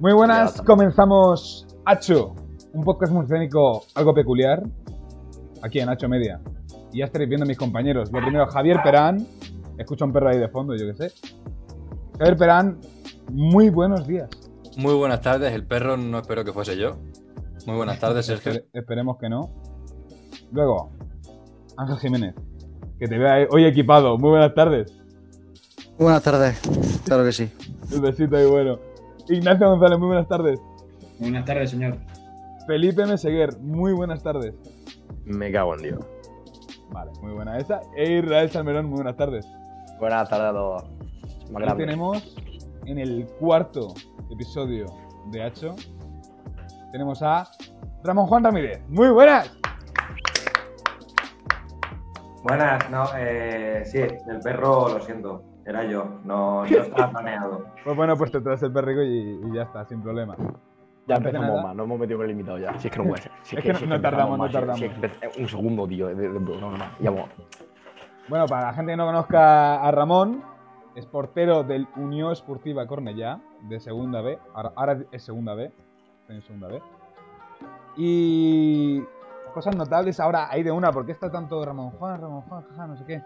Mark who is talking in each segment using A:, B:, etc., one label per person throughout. A: Muy buenas, comenzamos Hacho, un podcast murciánico algo peculiar, aquí en Hacho Media. Y ya estaréis viendo a mis compañeros. Lo primero, Javier Perán, escucha un perro ahí de fondo, yo qué sé. Javier Perán, muy buenos días.
B: Muy buenas tardes, el perro no espero que fuese yo. Muy buenas tardes, Sergio.
A: Espere- esperemos que no. Luego, Ángel Jiménez, que te vea hoy equipado. Muy buenas tardes.
C: Buenas tardes, claro que sí.
A: Un besito ahí bueno. Ignacio González, muy buenas tardes.
D: Buenas tardes, señor.
A: Felipe M. Seguer, muy buenas tardes.
E: Me cago en Dios.
A: Vale, muy buena esa. E Israel Salmerón, muy buenas tardes.
E: Buenas tardes a todos. Más
A: Ahora
E: grande.
A: tenemos en el cuarto episodio de Hacho, tenemos a Ramón Juan Ramírez. Muy buenas.
F: Buenas, no, eh, sí, el perro, lo siento, era yo, no, no estaba planeado.
A: Pues bueno, pues te traes el perrico y, y ya está, sin problema.
E: Ya
A: antes de
E: empezamos
A: nada-
E: más, no hemos metido con el invitado ya. Si es que no puede ser. Si
A: Es que no-
E: si
A: no tardamos,
E: empezamos
A: no
E: más, si-
A: tardamos.
E: si es que empe- un segundo, tío. De, de, de- no, no, no. Ya vamos.
A: Bueno, para la gente que no conozca a Ramón, es portero del Unión Esportiva Cornellá, de segunda B. Ahora, ahora es segunda B. está en segunda B. Y cosas notables ahora hay de una, porque está tanto Ramón Juan, Ramón Juan, jaja, no sé qué.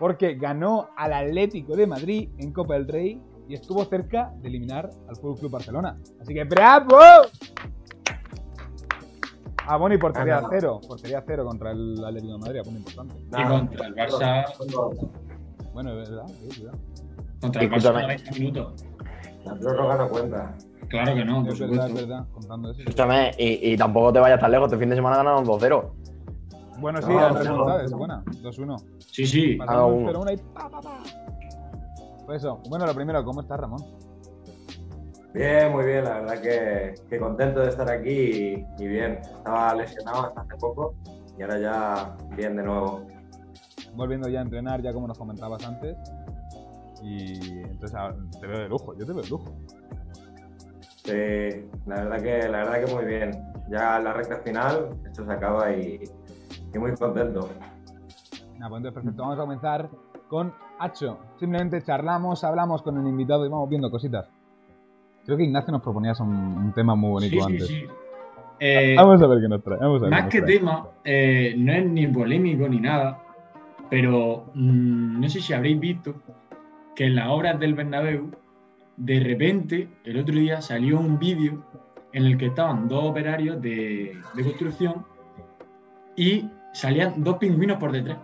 A: Porque ganó al Atlético de Madrid en Copa del Rey y estuvo cerca de eliminar al Fútbol Club Barcelona. Así que ¡bravo! Ah, bueno, y portería
F: Ganó.
A: cero. Portería cero contra el Atlético de Madrid, punto importante.
F: Nada,
D: contra el Barça-
F: prórroga,
A: Bueno, es verdad, es verdad.
D: Contra el
E: Escúchame.
D: Barça 20 minutos.
F: La prórroga no cuenta.
D: Claro que no, por
A: Es verdad, es
D: supuesto.
A: verdad, contando eso.
E: Escúchame, y, y tampoco te vayas tan lejos. Este fin de semana ganaron 2-0.
A: Ah, Bueno, sí,
F: No,
A: la
F: no,
A: remontada
F: no.
A: es buena. 2-1.
D: Sí, Ah, sí.
A: Matando un
E: uno.
A: 0-1 y pa, pa, pa. Pues eso. Bueno, lo primero, ¿cómo estás, Ramón?
F: Bien, muy bien, la verdad que, que contento de estar aquí y, y bien. Estaba lesionado hasta hace poco y ahora ya bien de nuevo.
A: Volviendo ya a entrenar, ya como nos comentabas antes. Y entonces ah, te veo de lujo, yo te veo de lujo.
F: Sí, la verdad que, la verdad que muy bien. Ya la recta final, esto se acaba y, y muy contento.
A: Nada, pues entonces perfecto, vamos a comenzar con Hacho. Simplemente charlamos, hablamos con el invitado y vamos viendo cositas. Creo que Ignacio nos proponías un, un tema muy bonito
D: Sí, sí,
A: antes. Ah,
D: sí. Eh,
A: Vamos a ver qué nos trae. Vamos a ver qué
D: más
A: nos
D: que
A: trae.
D: tema, eh, no es ni polémico ni nada, pero mm, no sé si habréis visto que en las obras del Bernabéu, de repente, el otro día salió un vídeo en el que estaban dos operarios de, de construcción y salían dos pingüinos por detrás.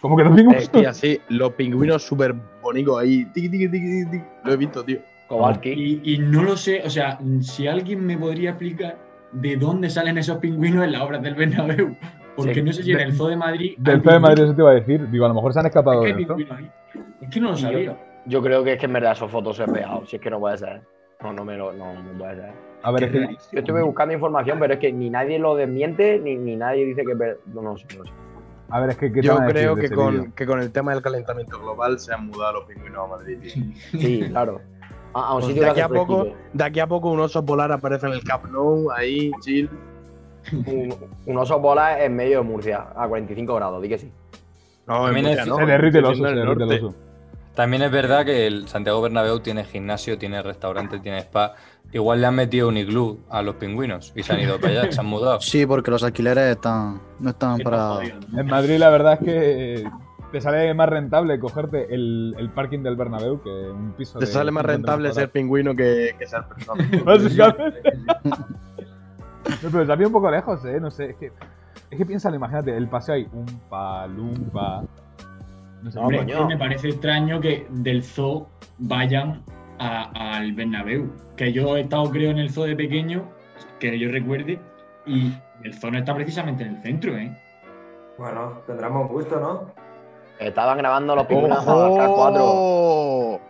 A: Como que nos vimos.
G: Eh, tía, sí, los pingüinos súper bonitos ahí. Tiki, tiki, tiki, tiki. Lo he visto, tío.
E: Kowalski.
D: Y, y no lo sé, o sea, si alguien me podría explicar de dónde salen esos pingüinos en las obras del Bernabéu, porque
E: Sí,
D: no sé si en el Zoo de Madrid.
A: Del
D: hay
A: P de Madrid,
D: pingüinos.
A: eso te iba a decir. Digo, a lo mejor se han escapado
D: Es
A: de
D: que hay
A: esto.
D: pingüinos ahí. Es que no lo
E: Y yo-
D: sabía.
E: Yo creo que es que en verdad esos fotos se han pegado. Si es que no puede ser. No, no me lo. No, no puede ser.
A: A ver, es que-
E: Yo estuve buscando información, pero es que ni nadie lo desmiente, ni, ni nadie dice que. es ver- No, no, sé, no sé.
A: A ver, es que ¿qué te
G: Yo
A: van a decir
G: creo
A: de
G: que
A: ese
G: con,
A: vídeo?
G: que con el tema del calentamiento global se han mudado los pingüinos a Madrid. tío.
E: Sí, claro. A, a un
G: Pues
E: sitio
G: de,
E: que
G: aquí a
E: hace
G: poco,
E: fresquito.
G: de aquí a poco un oso polar aparece en el Camp Nou, ahí, chill.
E: Un, un oso polar en medio de Murcia, a 45 grados, di que sí.
G: No, en
B: También
G: Murcia
B: es-
G: no,
A: Se derrite el oso,
G: estoy
A: se
G: diciendo en
A: derrite el
G: norte.
A: oso.
B: También es verdad que el Santiago Bernabéu tiene gimnasio, tiene restaurante, tiene spa. Igual le han metido un iglú a los pingüinos y se han ido para allá, se han mudado.
C: Sí, porque los alquileres están, no están
D: Está
C: para.
D: jodido, ¿no?
A: En Madrid la verdad es que eh, te sale más rentable cogerte el, el parking del Bernabéu que un piso
G: Te
A: de
G: sale más
A: 50
G: rentable ser
A: metros
G: pingüino que, que ser persona.
A: cuadrados. Básicamente. No, pero también un poco lejos, ¿eh? No sé, es que, es que piénsalo, imagínate, el paseo hay un palumpa. No sé,
E: No,
A: hombre,
D: Hombre, es que
E: coño.
D: me parece extraño que del zoo vayan a- al Bernabéu. Que yo he estado, creo, en el zoo de pequeño, que yo recuerde, y el zoo no está precisamente en el centro, ¿eh?
F: Bueno, tendremos gusto, ¿no?
E: Estaban grabando los pingüinos a las 4.
G: ¡Ojo!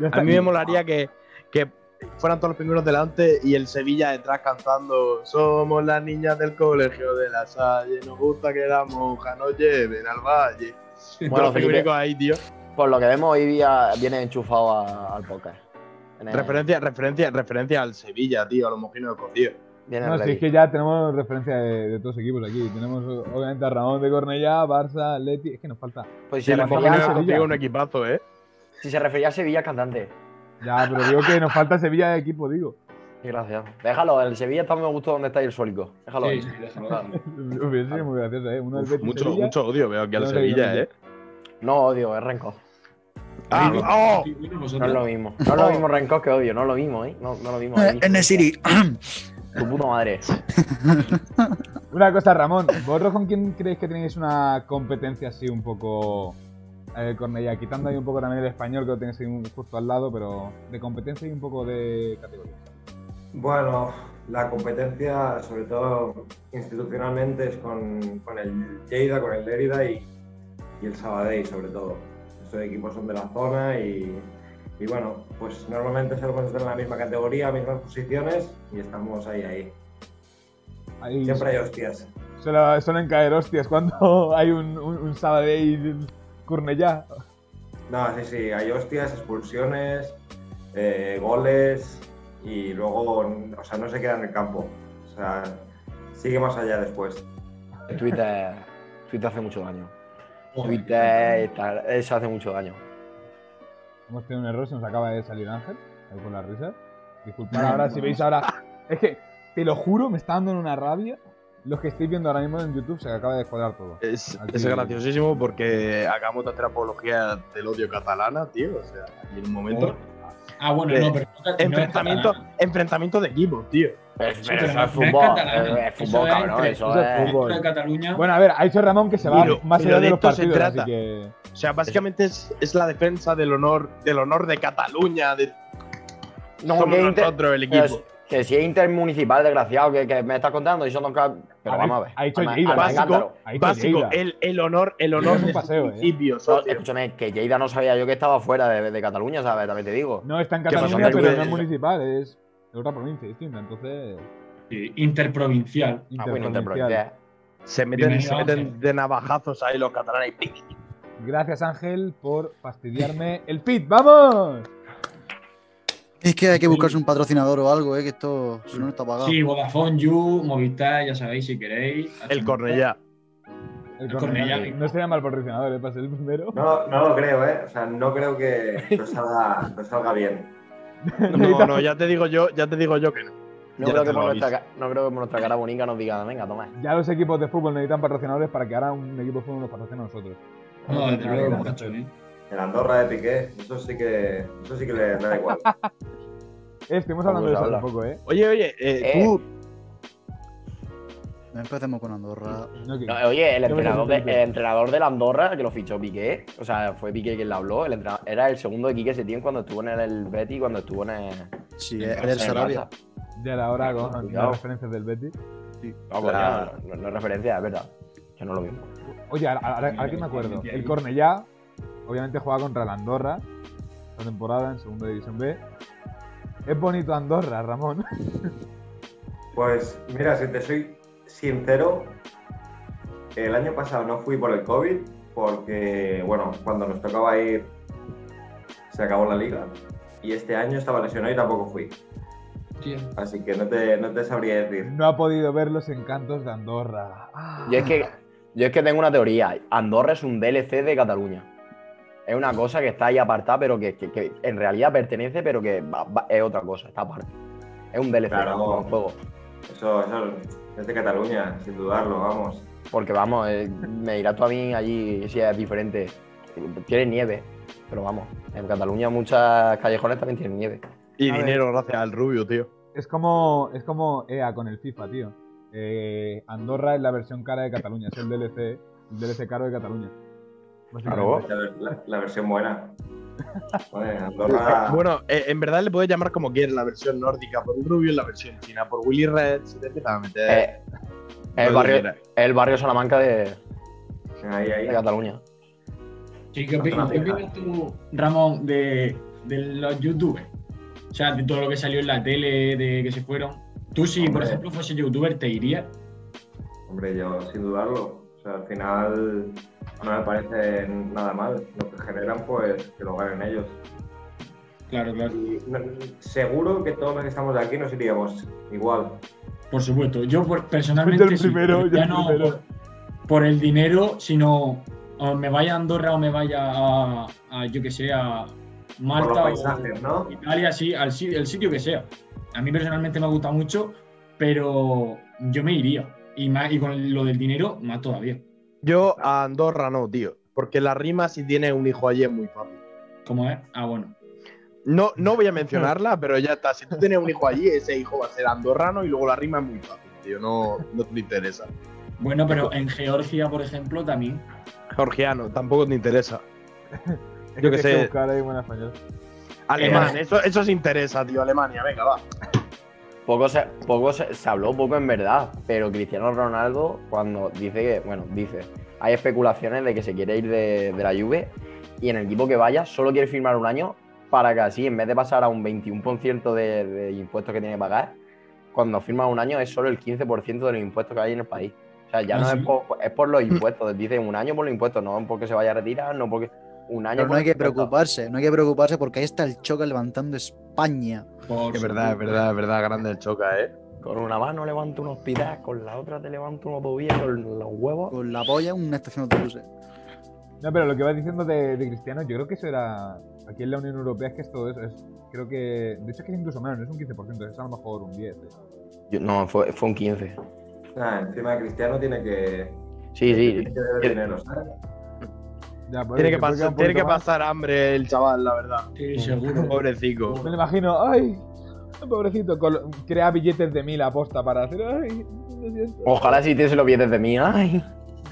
A: ya
G: A
A: está.
G: mí me molaría que, que fueran todos los pingüinos delante y el Sevilla detrás cantando Somos las niñas del colegio de la Salle, nos gusta que las monjas nos lleven al valle.
E: Bueno,
G: Bueno, los
E: Felipe.
G: pingüinos ahí, tío.
E: Por lo que vemos, hoy día viene enchufado a- al podcast. Viene-
G: Referencia, referencia, referencia al Sevilla, tío, a los mojinos de cocido.
E: viene
A: No, si
E: ready.
A: es que ya tenemos referencia de, de todos los equipos aquí. Tenemos obviamente a Ramón de Cornellá, Barça, Leti. Es que nos falta.
E: Pues si
G: Sí,
E: se,
A: la
G: los
A: Sevilla,
E: refería,
G: mojinos de
E: a-
A: Sevilla.
G: cocido es un equipazo, ¿eh?
E: si se refería a Sevilla, es cantante.
A: Ya, pero digo que nos falta Sevilla de equipo, digo.
E: Sí, gracias. Déjalo, el Sevilla está me gustó donde está el suelco. Déjalo ahí.
D: Sí, sí, déjalo.
A: Hubiera sido muy gracioso, ¿eh? Uno del Betis
G: Mucho,
A: Sevilla.
G: mucho odio veo aquí al
A: Yo no sé, yo
G: Sevilla,
A: no sé.
G: ¿eh?
E: No odio, es rencor.
G: ¡Ah, oh!
D: Sí, bueno,
E: No
D: vosotros.
E: es lo mismo. No es lo mismo rencor que odio, no es lo mismo, ¿eh? No, no lo mismo. ¿eh?
C: En el City.
E: Tu puta madre.
A: Una cosa, Ramón. ¿Vosotros con quién creéis que tenéis una competencia así un poco. Eh, Cornellá, quitando ahí un poco también el español que lo tenéis ahí un- justo al lado, pero de competencia y un poco de categoría.
F: Bueno, la competencia, sobre todo institucionalmente, es con, con el Lleida, con el Lérida y, y el Sabadell, sobre todo. Estos equipos son de la zona y, y bueno, pues normalmente solemos estar en la misma categoría, mismas posiciones y estamos ahí, ahí.
A: Ahí
F: Siempre hay hostias.
A: suelen, suelen caer hostias cuando hay un, un, un Sabadell Cornellá.
F: No, sí, sí, hay hostias, expulsiones, eh, goles y luego, o sea, no se queda en el campo. O sea, sigue más allá después.
E: Twitter. Twitter hace mucho daño.
D: Joder,
E: Twitter está- eso hace mucho daño.
A: Hemos tenido un error, se nos acaba de salir Ángel, ahí con las risas. Disculpad ahora si veis ahora. Es que, te lo juro, me está dando una rabia. Los que estáis viendo ahora mismo en YouTube se acaba de descuadrar todo.
G: Es,
A: Aquí-
G: es graciosísimo porque acabamos de hacer apología del odio catalana, tío. O sea, aquí en un momento.
D: Ah, bueno, no, pero no, es
G: Enfrentamiento,
D: catalán.
G: enfrentamiento de equipos, tío.
E: Pero,
D: Sí,
E: pero
D: pero
E: eso es
D: no- no es
E: fútbol.
D: catalán,
E: es- Es
D: eso
E: fútbol,
D: es
E: cabrón.
D: entre-
E: Eso
A: eso es
E: es.
A: fútbol.
D: Esto de Cataluña.
A: Bueno, a ver, ha dicho Ramón que se va
G: Pero-
A: más
G: pero
A: allá de,
G: de
A: los
G: esto se
A: partidos,
G: trata.
A: así que.
G: O sea, básicamente es, es la defensa del honor, del honor de Cataluña, de
E: No,
G: somos
E: que inter-
G: nosotros el
E: Pero
G: equipo.
E: es- que si es intermunicipal, desgraciado, que, que me estás contando, y yo no ca- Pero
A: Ha
E: vamos a
A: dicho-
E: ver.
A: ha dicho
E: Alma-
A: Lleida,
E: Alma
G: básico.
E: Cántaro.
A: Ahí está
G: Básico,
A: Lleida.
G: el, el honor, el honor
A: Es un
G: del
A: paseo, eh.
G: principio,
E: No,
G: socio.
E: escúchame, que Lleida no sabía yo que estaba fuera de, de Cataluña, ¿sabes? También te digo.
A: No está en
G: pasa,
A: Cataluña,
G: hombre?
A: pero no es
G: Eso.
A: municipal, es de otra provincia distinta, entonces.
D: Sí, Interprovincial.
E: Ah,
A: interprovincial.
E: bueno, interprovincial.
G: Se meten,
D: Bienvenido,
G: se
A: eh.
G: meten
D: Ángel.
G: de navajazos ahí los catalanes.
A: Gracias, Ángel, por fastidiarme el pit. ¡Vamos!
C: Es que hay que buscarse un patrocinador o algo, eh, que esto si no, no está pagado.
D: Sí, Vodafone, You, Movistar, ya sabéis si queréis.
G: El Cornellá.
A: Ah. El
D: Cornellá.
A: Cornellá. No sería mal patrocinador, ¿eh? Para ser el primero.
F: No, no lo creo, ¿eh? O sea, no creo que esto salga, que salga bien.
G: No, no, ya te digo yo, ya te digo yo que no.
E: No,
G: Ya
E: creo
G: te
E: que por
G: lo
E: nuestra,
G: aviso.
E: ca- no creo que por nuestra cara bonita nos digan, venga, toma.
A: Ya los equipos de fútbol necesitan patrocinadores para que ahora un equipo de fútbol nos patrocine a nosotros.
D: No,
F: Ah,
D: desde luego,
A: Gracias.
D: macho, ¿eh?
F: En Andorra de Piqué, eso sí que, eso sí que le da igual.
A: Eh, estuvimos hablando de
E: Vamos
A: eso hace
E: a hablar.
A: poco, ¿eh?
G: Oye, oye, eh,
E: Eh.
G: tú.
C: No empecemos con
E: Ah.
C: Andorra.
A: No, que-
E: No, eh, oye, el
A: Yo me
E: entrenador, de,
A: siento
E: el entrenador de la Andorra que lo fichó Piqué, o sea, fue Piqué quien le habló, el entrenador- era el segundo de Quique Setién cuando estuvo en el, el Betis, cuando estuvo en el,
C: Sí,
E: en
C: es
E: el
C: del Sarabia.
E: Barça.
A: Ya era hora con
E: Cuidado.
A: las referencias del Betis.
E: Vamos,
G: La-
E: Ah, ya, no, no es referencia, es verdad. Yo no lo vi.
A: Oye, ahora, ahora- ahora que me acuerdo, el Cornellá obviamente juega contra la Andorra esta temporada en Segunda División B. Es bonito Andorra, Ramón.
F: Pues mira, si te soy sincero, el año pasado no fui por el COVID, porque, bueno, cuando nos tocaba ir se acabó la liga. Y este año estaba lesionado y tampoco fui. Así que no te, no te sabría decir.
A: No ha podido ver los encantos de Andorra. Ah.
E: Yo es que, yo es que tengo una teoría. Andorra es un DLC de Cataluña. Es una cosa que está ahí apartada, pero que, que- que en realidad pertenece, pero que va- va- es otra cosa, está aparte. Es un DLC,
F: Claro.
E: no un juego.
F: Eso, eso es de Cataluña, sin dudarlo, vamos.
E: Porque vamos, eh, me dirás tú a mí allí si es diferente. Tiene nieve, pero vamos, en Cataluña muchas callejones también tienen nieve.
G: Y
A: A ver.
G: dinero gracias al Rubio, tío.
A: Ah, Es como, es como EA con el FIFA, tío. Eh, Andorra es la versión cara de Cataluña, es el DLC, el DLC caro de Cataluña.
E: Claro.
F: La, la- la versión buena. Bueno, Andorra.
G: Bueno, eh, en verdad le puedes llamar como quieras la versión nórdica por el Rubio, la versión china por Willy Red. Si te empiezas a meter.
E: Eh, es el
G: lo que
E: barrio,
G: quieras.
E: es el barrio Salamanca de,
F: Ahí, ahí.
E: de Cataluña.
D: Sí, ¿qué opi- qué opinas, tú, Ramón, de, de los youtubers? O sea, de todo lo que salió en la tele, de que se fueron. Tú, si por
F: Hombre.
D: ejemplo fuese youtuber, te irías.
F: Hombre, yo sin dudarlo. O sea, al final no me parece nada mal. Lo que generan, pues que lo ganen ellos.
D: Claro, claro.
F: Y no- seguro que todos los que estamos aquí nos iríamos igual.
D: Por supuesto. Yo por- personalmente.
A: Yo el
D: sí,
A: primero,
D: pero
A: yo
D: ya
A: el
D: no
A: primero.
D: Por, por el dinero, sino o me vaya a Andorra o me vaya a, a, yo que sé, a,
F: Por los
D: Malta
F: paisajes, ¿no?
D: o Italia, sí, al, si- el sitio que sea. A mí personalmente me gusta mucho, pero yo me iría. Y, más, y con lo del dinero, más todavía.
G: Yo a Andorra no, tío. Porque la rima, si tienes un hijo allí, es muy fácil.
D: ¿Cómo es? Ah, bueno.
G: No, no voy a mencionarla, pero ya está. Si tú tienes un hijo allí, ese hijo va a ser andorrano y luego la rima es muy fácil, tío. No, no te interesa.
D: Bueno, pero en Georgia, por ejemplo, también.
G: Georgiano, tampoco te interesa.
A: Es
G: Yo que
A: tienes
G: sé.
A: buscar ahí buen español.
G: Alemán, Eh, eso, eso se interesa, tío. Alemania, venga, va.
E: Poco, se, poco se, se habló, poco en verdad, pero Cristiano Ronaldo cuando dice que, bueno, dice, hay especulaciones de que se quiere ir de, de la Juve y en el equipo que vaya solo quiere firmar un año para que así, en vez de pasar a un 21% de, de impuestos que tiene que pagar, cuando firma un año es solo el 15% de los impuestos que hay en el país. O sea, ya
D: Ah,
E: no
D: ¿sí?
E: es, por, es por los impuestos, dice un año por los impuestos, no porque se vaya a retirar, no porque un año...
C: Pero no
E: por
C: hay que
E: los impuestos.
C: preocuparse, no hay que preocuparse porque ahí está el choca levantando España.
D: Por
G: es verdad, grande el choca, eh.
E: Con una mano levanto un hospital, con la otra te levanto unos tobillos, con los huevos.
C: Con la polla, una estación de autobuses.
A: No, pero lo que vas diciendo de, de Cristiano, yo creo que eso era. Aquí en la Unión Europea es que es todo eso. Es, creo que. De hecho, es que es incluso menos, no es un 15%, es a lo mejor un 10%. eh.
E: Yo- no, fue, fue un 15.
F: Ah, encima Cristiano tiene que,
E: Sí, sí.
F: tiene que deber
E: Yo-
F: dinero, ¿sabes?
A: Ya, pues, se
G: Tiene
A: puede quedar
G: que, pasar,
A: un
G: tiene
A: poquito
G: que
A: más.
G: pasar hambre el chaval, la verdad.
D: Sí, seguro.
G: Pobrecico.
A: Me lo imagino, ¡ay! Pobrecito, col- crea billetes de mil aposta para hacer. ¡ay! Lo siento.
E: Ojalá si te lo vieses de mí. Ay.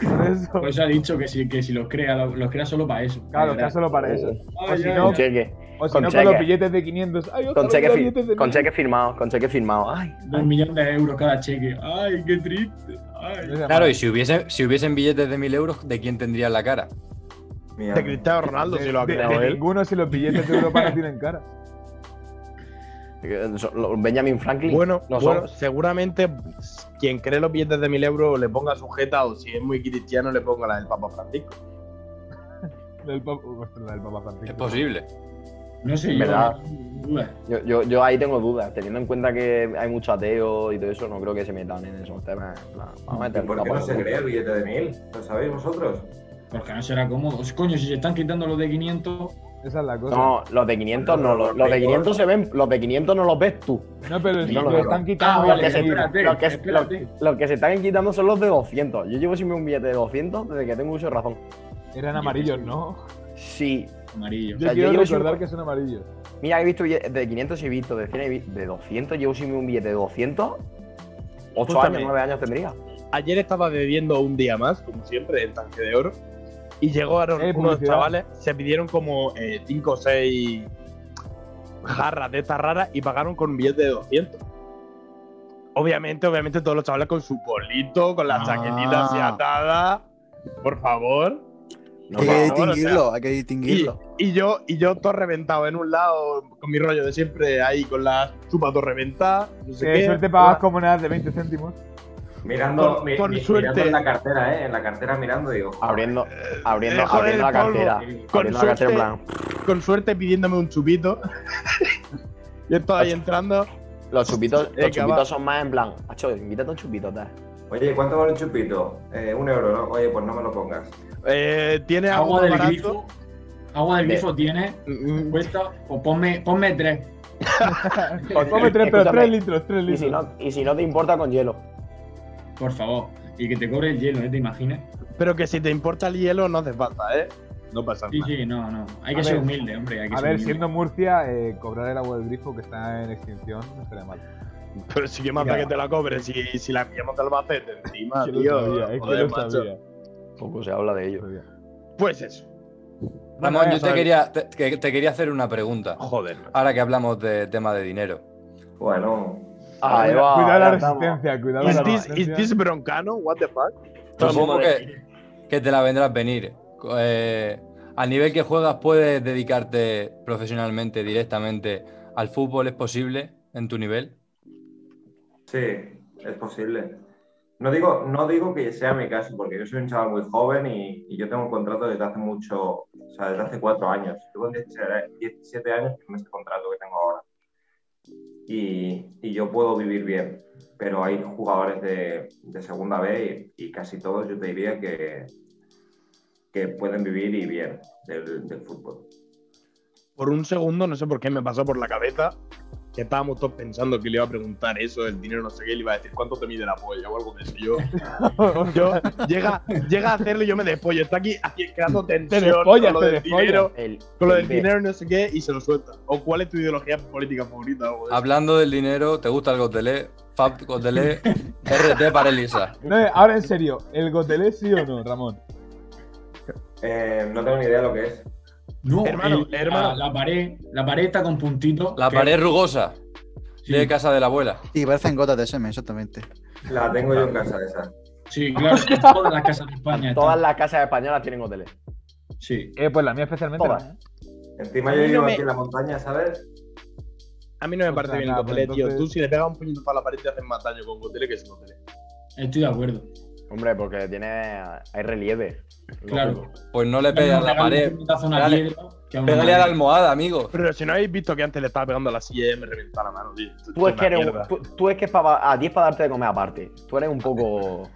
A: Por eso.
G: Pues,
D: Por eso ha dicho que si, que si los crea, lo- los crea solo para eso.
A: Claro,
D: ¿verdad?
A: que solo para eso.
D: Ay,
A: si
D: ay,
A: no-
E: Con
D: ay.
E: cheque.
A: O si
E: Con
A: no, con
E: cheque.
A: los billetes de 500. ¡ay,
E: Con
A: ojalá
E: cheque,
A: hubiera
E: fi-
A: billetes de
E: con
A: mil!
E: cheque firmado. Con cheque firmado. Ay.
D: Dos millones de euros cada cheque. Ay, qué triste. Ay.
B: Claro, y si, hubiese, si hubiesen billetes de mil euros, ¿de quién tendrían la cara?
F: Mira,
G: De Cristiano Ronaldo, si lo ha
A: De- de-
G: creado
A: de
G: él.
A: Ninguno si los billetes de Europa no tienen cara.
E: Eh, so- lo- Benjamin Franklin.
G: Bueno,
E: no
G: bueno,
E: son.
G: seguramente quien cree los billetes de mil euros le ponga sujeta o si es muy cristiano le ponga la del Papa Francisco.
A: Del pap- ostras, la del Papa Francisco.
B: Es posible.
D: No sé,
E: En
D: yo. eh,
E: verdad.
D: Duda.
E: Yo, yo, yo ahí tengo dudas. Teniendo en cuenta que hay mucho ateo y todo eso, no creo que se metan en esos temas. en plan, Vamos a
F: ¿Y
E: meter
F: por
E: la
F: qué no
E: pata
F: se
E: en el
F: crea el billete de mil? ¿Lo sabéis vosotros?
D: Porque no será cómodo. Coño, si se están quitando los de 500.
A: Esa es la cosa. No,
E: culo. No, los de 500 no. Los, los de 500 se ven. Los de 500 no los ves tú.
A: pero si
E: no lo
A: lo
E: veo.
A: están
D: Ah,
A: quitando.
D: vale,
A: los de mil.
D: espérate,
E: Los que,
D: espérate.
E: los- los que se están quitando son los de 200. Yo llevo siempre un billete de 200 desde que tengo uso de razón.
A: Eran amarillos, ¿no?
E: Sí,
D: Amarillo.
A: Yo
E: sea, yo
A: quiero
E: llevo
A: recordar
E: cinco-
A: que son amarillos.
E: Mira, he visto billetes de 500 y he visto de 100 he vi- de 200. Llevo sin un billete de 200. 8
G: Escúchame.
E: años, 9 años tendría.
G: Ayer estaba bebiendo un día más, como siempre, en Tanque de Oro. Y llegaron
A: Eh,
G: unos
A: publicidad.
G: chavales, se pidieron como 5 o 6 jarras de estas raras y pagaron con un billete de 200. Obviamente, obviamente, todos los chavales con su bolito, con la
C: Ah.
G: chaquetita así atada. Por favor.
E: No, por
C: hay que
G: favor, o
C: distinguirlo, hay que
G: Y,
C: distinguirlo.
G: y yo, y yo todo reventado en un lado, con mi rollo de siempre, ahí con la chupa todo reventada. No sé
A: Que
G: qué.
A: suerte pagas como nada de 20 céntimos.
F: Mirando,
G: Con-
F: mi-
G: con
F: mi-
G: suerte.
F: mirando en la cartera, ¿eh? En la cartera mirando, digo. joder,
E: Abriendo, abriendo,
G: eh, joder,
E: abriendo la
G: el polvo.
E: cartera.
G: Con
E: abriendo la cartera en plan.
G: con suerte pidiéndome un chupito. Yo estaba ahí entrando.
E: Los chupitos,
G: Eh,
E: los
G: que va.
E: chupitos son más en plan. Hacho, invítate un chupito, tal.
F: Oye, ¿cuánto vale un chupito? Eh, un euro, ¿no? Oye, pues no me lo pongas.
G: Eh, tiene
D: Agua
G: agua
D: del
G: barato?
D: grifo. Agua del
E: De-
D: grifo tiene.
G: Mm,
D: Cuesta. O ponme, ponme tres.
A: Pues Come tres, pero
E: Escúchame,
A: tres litros, tres
E: Y si,
A: litros.
E: no, y si no te importa, con hielo.
D: Por favor. Y que te cobre el hielo, ¿eh? ¿Te imaginas?
G: Pero que si te importa el hielo, no hace falta, ¿eh? No pasa
D: Sí, sí, no, no. Hay que
A: A
D: ser
A: ver.
D: humilde, hombre. Hay que
A: A
D: ser
A: ver,
D: humilde.
A: siendo Murcia, eh, cobrar el agua del grifo que está en extinción no estaría mal.
G: Pero sí que más da que te la cobres si, si la pillamos del Albacete encima,
A: Que lo
G: tío.
A: sabía, es que
G: Joder,
A: lo
G: macho.
A: sabía.
E: Poco se habla de
A: lo
E: ello.
A: sabía.
G: Pues eso.
B: Ramón,
A: Bueno,
B: yo
A: eso
B: te
A: es.
B: quería, te, que- te quería hacer una pregunta.
G: Joder. macho.
B: Ahora que hablamos de tema de dinero.
F: Bueno,
A: Ah,
E: Ahí
A: Cuida-
E: va.
A: Cuidado la
E: Ah, ya estamos.
A: resistencia, cuidado la
G: Is this,
A: resistencia.
G: is this broncano? What the fuck?
E: Todo el mundo
B: Supongo
E: de-
B: que, que te la vendrás venir. Eh, al nivel que juegas, ¿puedes dedicarte profesionalmente, directamente al fútbol? ¿Es posible en tu nivel?
F: sí, es posible. No digo, no digo que sea mi caso, porque yo soy un chaval muy joven y, y yo tengo un contrato desde hace mucho, o sea, desde hace cuatro años. Yo con 17 17 años con este contrato que tengo ahora. Y, y yo puedo vivir bien, pero hay jugadores de, de segunda B y, y casi todos yo te diría que, que pueden vivir y bien del, del fútbol.
G: por un segundo, no sé por qué me pasó por la cabeza, que estábamos todos pensando que le iba a preguntar eso, el dinero, no sé qué, y le iba a decir cuánto te mide la polla o algo de eso. Yo, yo llega, llega a hacerlo y yo me despollo. Está aquí, aquí creando tensión
A: despollas,
G: con
A: te
G: lo del
A: despollas.
G: dinero,
E: El-
G: con lo del
E: el de-
G: dinero, no sé qué, y se lo suelta. ¿O cuál es tu ideología política favorita? O algo de eso.
B: Hablando del dinero, ¿te gusta el Gotelé? Fab Gotelé, RT para Elisa.
A: No, eh, ahora en serio, ¿el gotelé sí o no, Ramón?
F: Eh, no tengo ni idea de lo que es.
D: No,
G: Hermano,
D: la-
G: hermano.
D: La, pared, la pared está con puntitos.
B: La
D: que-
B: pared rugosa
D: sí,
B: de casa de la abuela.
C: Y parecen gotas de semen, exactamente.
F: La tengo yo en casa esa.
D: Sí, claro, en todas las casas de España. está.
E: Todas las casas españolas tienen hoteles.
D: Sí.
A: Eh, pues la mía especialmente.
E: Todas.
A: no, ¿eh?
F: Encima
G: A
F: yo
G: mí no
F: vivo
G: me-
F: aquí en la montaña, ¿sabes?
G: A mí no me parece
A: Ostras,
G: bien el
A: nada,
G: cotele,
A: pues
G: tío.
A: entonces-
G: Tú si le pegas un puñetazo a la pared te hacen más daño con cotele que sin cotele.
D: Estoy de acuerdo.
E: Hombre, porque tiene. Hay relieve.
D: Claro.
B: Pues no le pegas a la
D: Pegarle
B: pared.
D: un puñetazo a una
B: Pégale-
D: piedra que a una
B: Pégale a la
D: pared.
B: almohada, amigo.
G: Pero si no habéis visto que antes le estaba pegando a la silla y me reventaba la mano, tío. Esto
E: Tú es
G: una
E: que eres.
G: mierda.
E: un- Tú, tú es que es para. A ti es para darte de comer aparte. Tú eres un poco.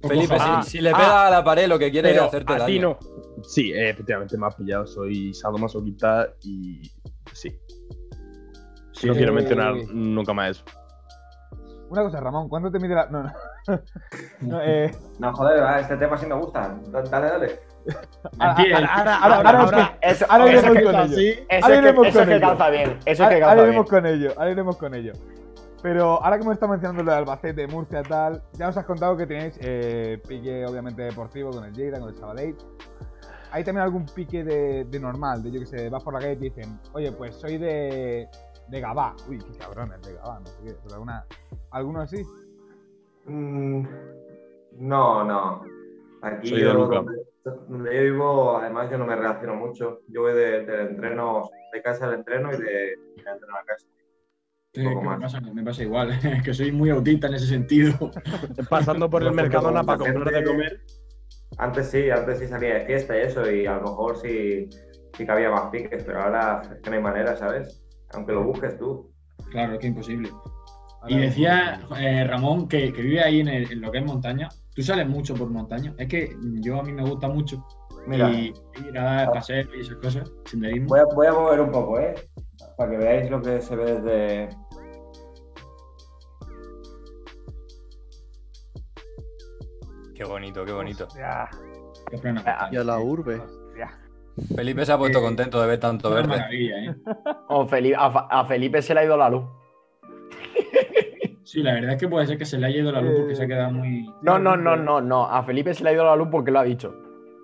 B: Felipe,
G: Ah,
B: si, si le
G: ah,
B: pegas a la pared, lo que quiere es
G: Pero
B: hacerte
G: a ti
B: daño.
G: no. Sí, eh, efectivamente me has pillado. Soy sadomasoquista y sí.
D: Sí,
G: no
D: sí.
G: quiero mencionar nunca más eso.
A: Una cosa, Ramón, ¿cuándo te mide la.? No, no. No, eh,
F: No, joder, va, este tema sí me gusta. Da- Dale, dale.
D: Ah, Mentira,
A: ahora, ahora,
E: Eso,
A: ahora
E: eso,
A: iremos
E: que-
A: con ello.
E: eso
A: ahora
E: es
A: iremos
E: que, eso es
A: con
E: que
A: ello.
E: calza bien. Eso es que
A: Ahora, ahora
E: calza bien.
A: iremos con ello, ahora iremos con ello. Pero ahora que me está mencionando lo de Albacete, Murcia, tal, ya os has contado que tenéis eh, pique, obviamente, deportivo con el Lleida, con el Sabadell. ¿Hay también algún pique de, de normal? De yo que sé, vas por la calle y te dicen, oye, pues soy de, de Gabá. Uy, qué cabrones de Gabá, no sé qué. Pero alguna, ¿Alguno así?
F: Mm, no, no. Aquí
G: Soy de
F: yo,
G: Luca.
F: donde, donde yo vivo, además yo no me relaciono mucho. Yo voy de, del entreno, de casa al entreno y de, del entreno a casa.
D: Sí,
F: Un
D: que
F: poco
D: me,
F: más.
D: pasa, me pasa igual, es que soy muy autista en ese sentido.
G: Pasando por el
F: Porque
G: Mercadona
F: como
G: para
F: la
G: comprar
F: gente-
G: de comer.
F: Antes sí, antes sí salía de fiesta y eso, y a lo mejor sí, sí que había más piques, pero ahora es que no hay manera, ¿sabes? Aunque lo busques tú.
D: Claro, es que imposible.
A: Ahora
D: Y decía eh, Ramón que, que vive ahí en, el- en lo que es montaña. Tú sales mucho por montaña. Es que yo a mí me gusta mucho
F: Mira,
D: y ir a dar paseos y esas cosas, senderismo.
F: voy a, voy a mover un poco, ¿eh? Para que veáis lo que se ve desde...
B: Qué bonito, qué bonito.
A: Hostia,
D: que es plena montaña.
C: Y a la urbe.
A: hostia.
B: Felipe se ha puesto
D: Eh,
B: contento de ver pues. tanto
D: Una
B: verde.
D: maravilla, ¿eh?
E: O Felipe- a, Fa- a Felipe se le ha ido la luz.
D: Sí, la verdad es que puede ser que se le haya ido la luz porque se ha quedado muy.
A: Ah,
E: No, no, no, no, no. A Felipe se le ha ido la luz porque lo ha dicho.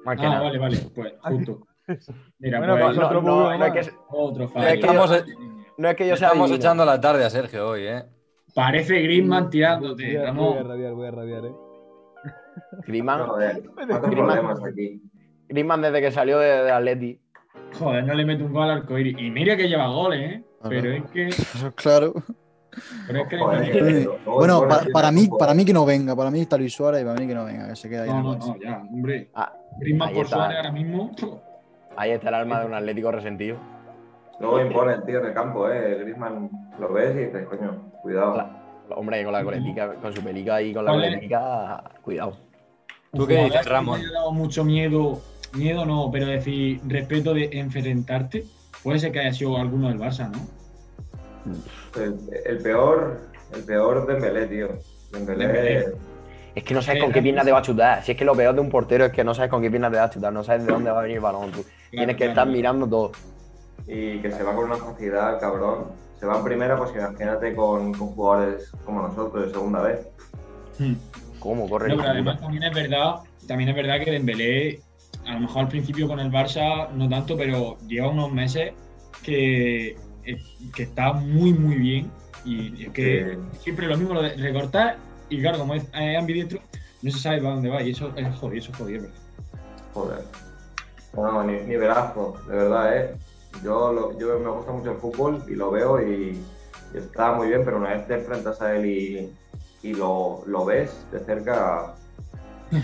E: Más que
D: Ah,
E: nada.
D: vale, vale, pues justo. Mira,
A: Bueno,
D: pues
A: vale.
E: No,
A: Otro
E: no,
A: búho
E: no es
A: más.
E: que,
D: otro
B: Le
D: fallo.
B: estamos, le
E: no es que yo sea
B: estamos
E: adivino.
B: echando la tarde a Sergio hoy, ¿eh?
D: Parece Griezmann
A: Voy
D: tirándote,
A: a- Voy a
D: Ramón.
A: rabiar, voy a rabiar, eh.
E: Griezmann-
F: Joder, cuántos
E: Griezmann.
F: problemas aquí.
E: Griezmann desde que salió de, de Atleti.
D: Joder, no le mete un gol al arcoíris. Y mira que lleva goles, ¿eh?
C: Ajá.
D: Pero es que.
C: Claro.
D: Pero es que le
F: Joder,
D: mete-
F: que-
C: Bueno, para, para mí,
F: Ojo.
C: para mí que no venga, para mí está Luis Suárez y para mí que no venga, que se queda ahí. en
D: No,
C: el
D: no,
C: Barça.
D: no, ya, hombre.
E: Ah,
D: Griezmann
E: ahí
D: por
E: está.
D: Suárez ahora mismo.
E: ahí está el alma de un Atlético resentido.
F: Luego impone el tío en el campo, ¿eh? Griezmann lo ves y dices, coño, cuidado.
E: Hombre, con la coletica, con su pelica y con la
D: Vale.
E: coletica, cuidado.
B: ¿Tú qué dices,
D: Un jugador que
B: Ramón?
D: Me ha dado mucho miedo, miedo no, pero decir respeto de enfrentarte. Puede ser que haya sido alguno del Barça, ¿no?
F: El, Pues, el peor, el peor Dembélé, tío. Dembélé,
D: Dembélé.
E: Es que no
D: Eh,
E: sabes con
D: la
E: qué pierna te
D: cosa-
E: va a chutar. Si es que lo peor de un portero es que no sabes con qué pierna te va a chutar, no sabes de dónde va a venir el balón. Tú tienes que estar
D: claro.
E: mirando todo.
F: y que se va con una facilidad, cabrón. Se va en primera, pues imagínate con, con jugadores como nosotros de segunda vez.
D: Hmm.
E: ¿Cómo corre
D: No,
E: el
D: pero
E: hijo puta?
D: además también es verdad, también es verdad que Dembélé, a lo mejor al principio con el Barça, no tanto, pero lleva unos meses que, eh, que está muy muy bien. Y es que
F: Eh,
D: siempre lo mismo, lo de recortar, y claro, como es eh, ambidiestro, no se sabe para dónde va. Y eso es jodido, eso es jodido, ¿verdad?
F: joder. No, ni, nivelazo, de verdad, ¿eh? Yo, lo- yo me gusta mucho el fútbol y lo veo y, y está muy bien, pero una vez te enfrentas a él y, y lo, lo ves de cerca,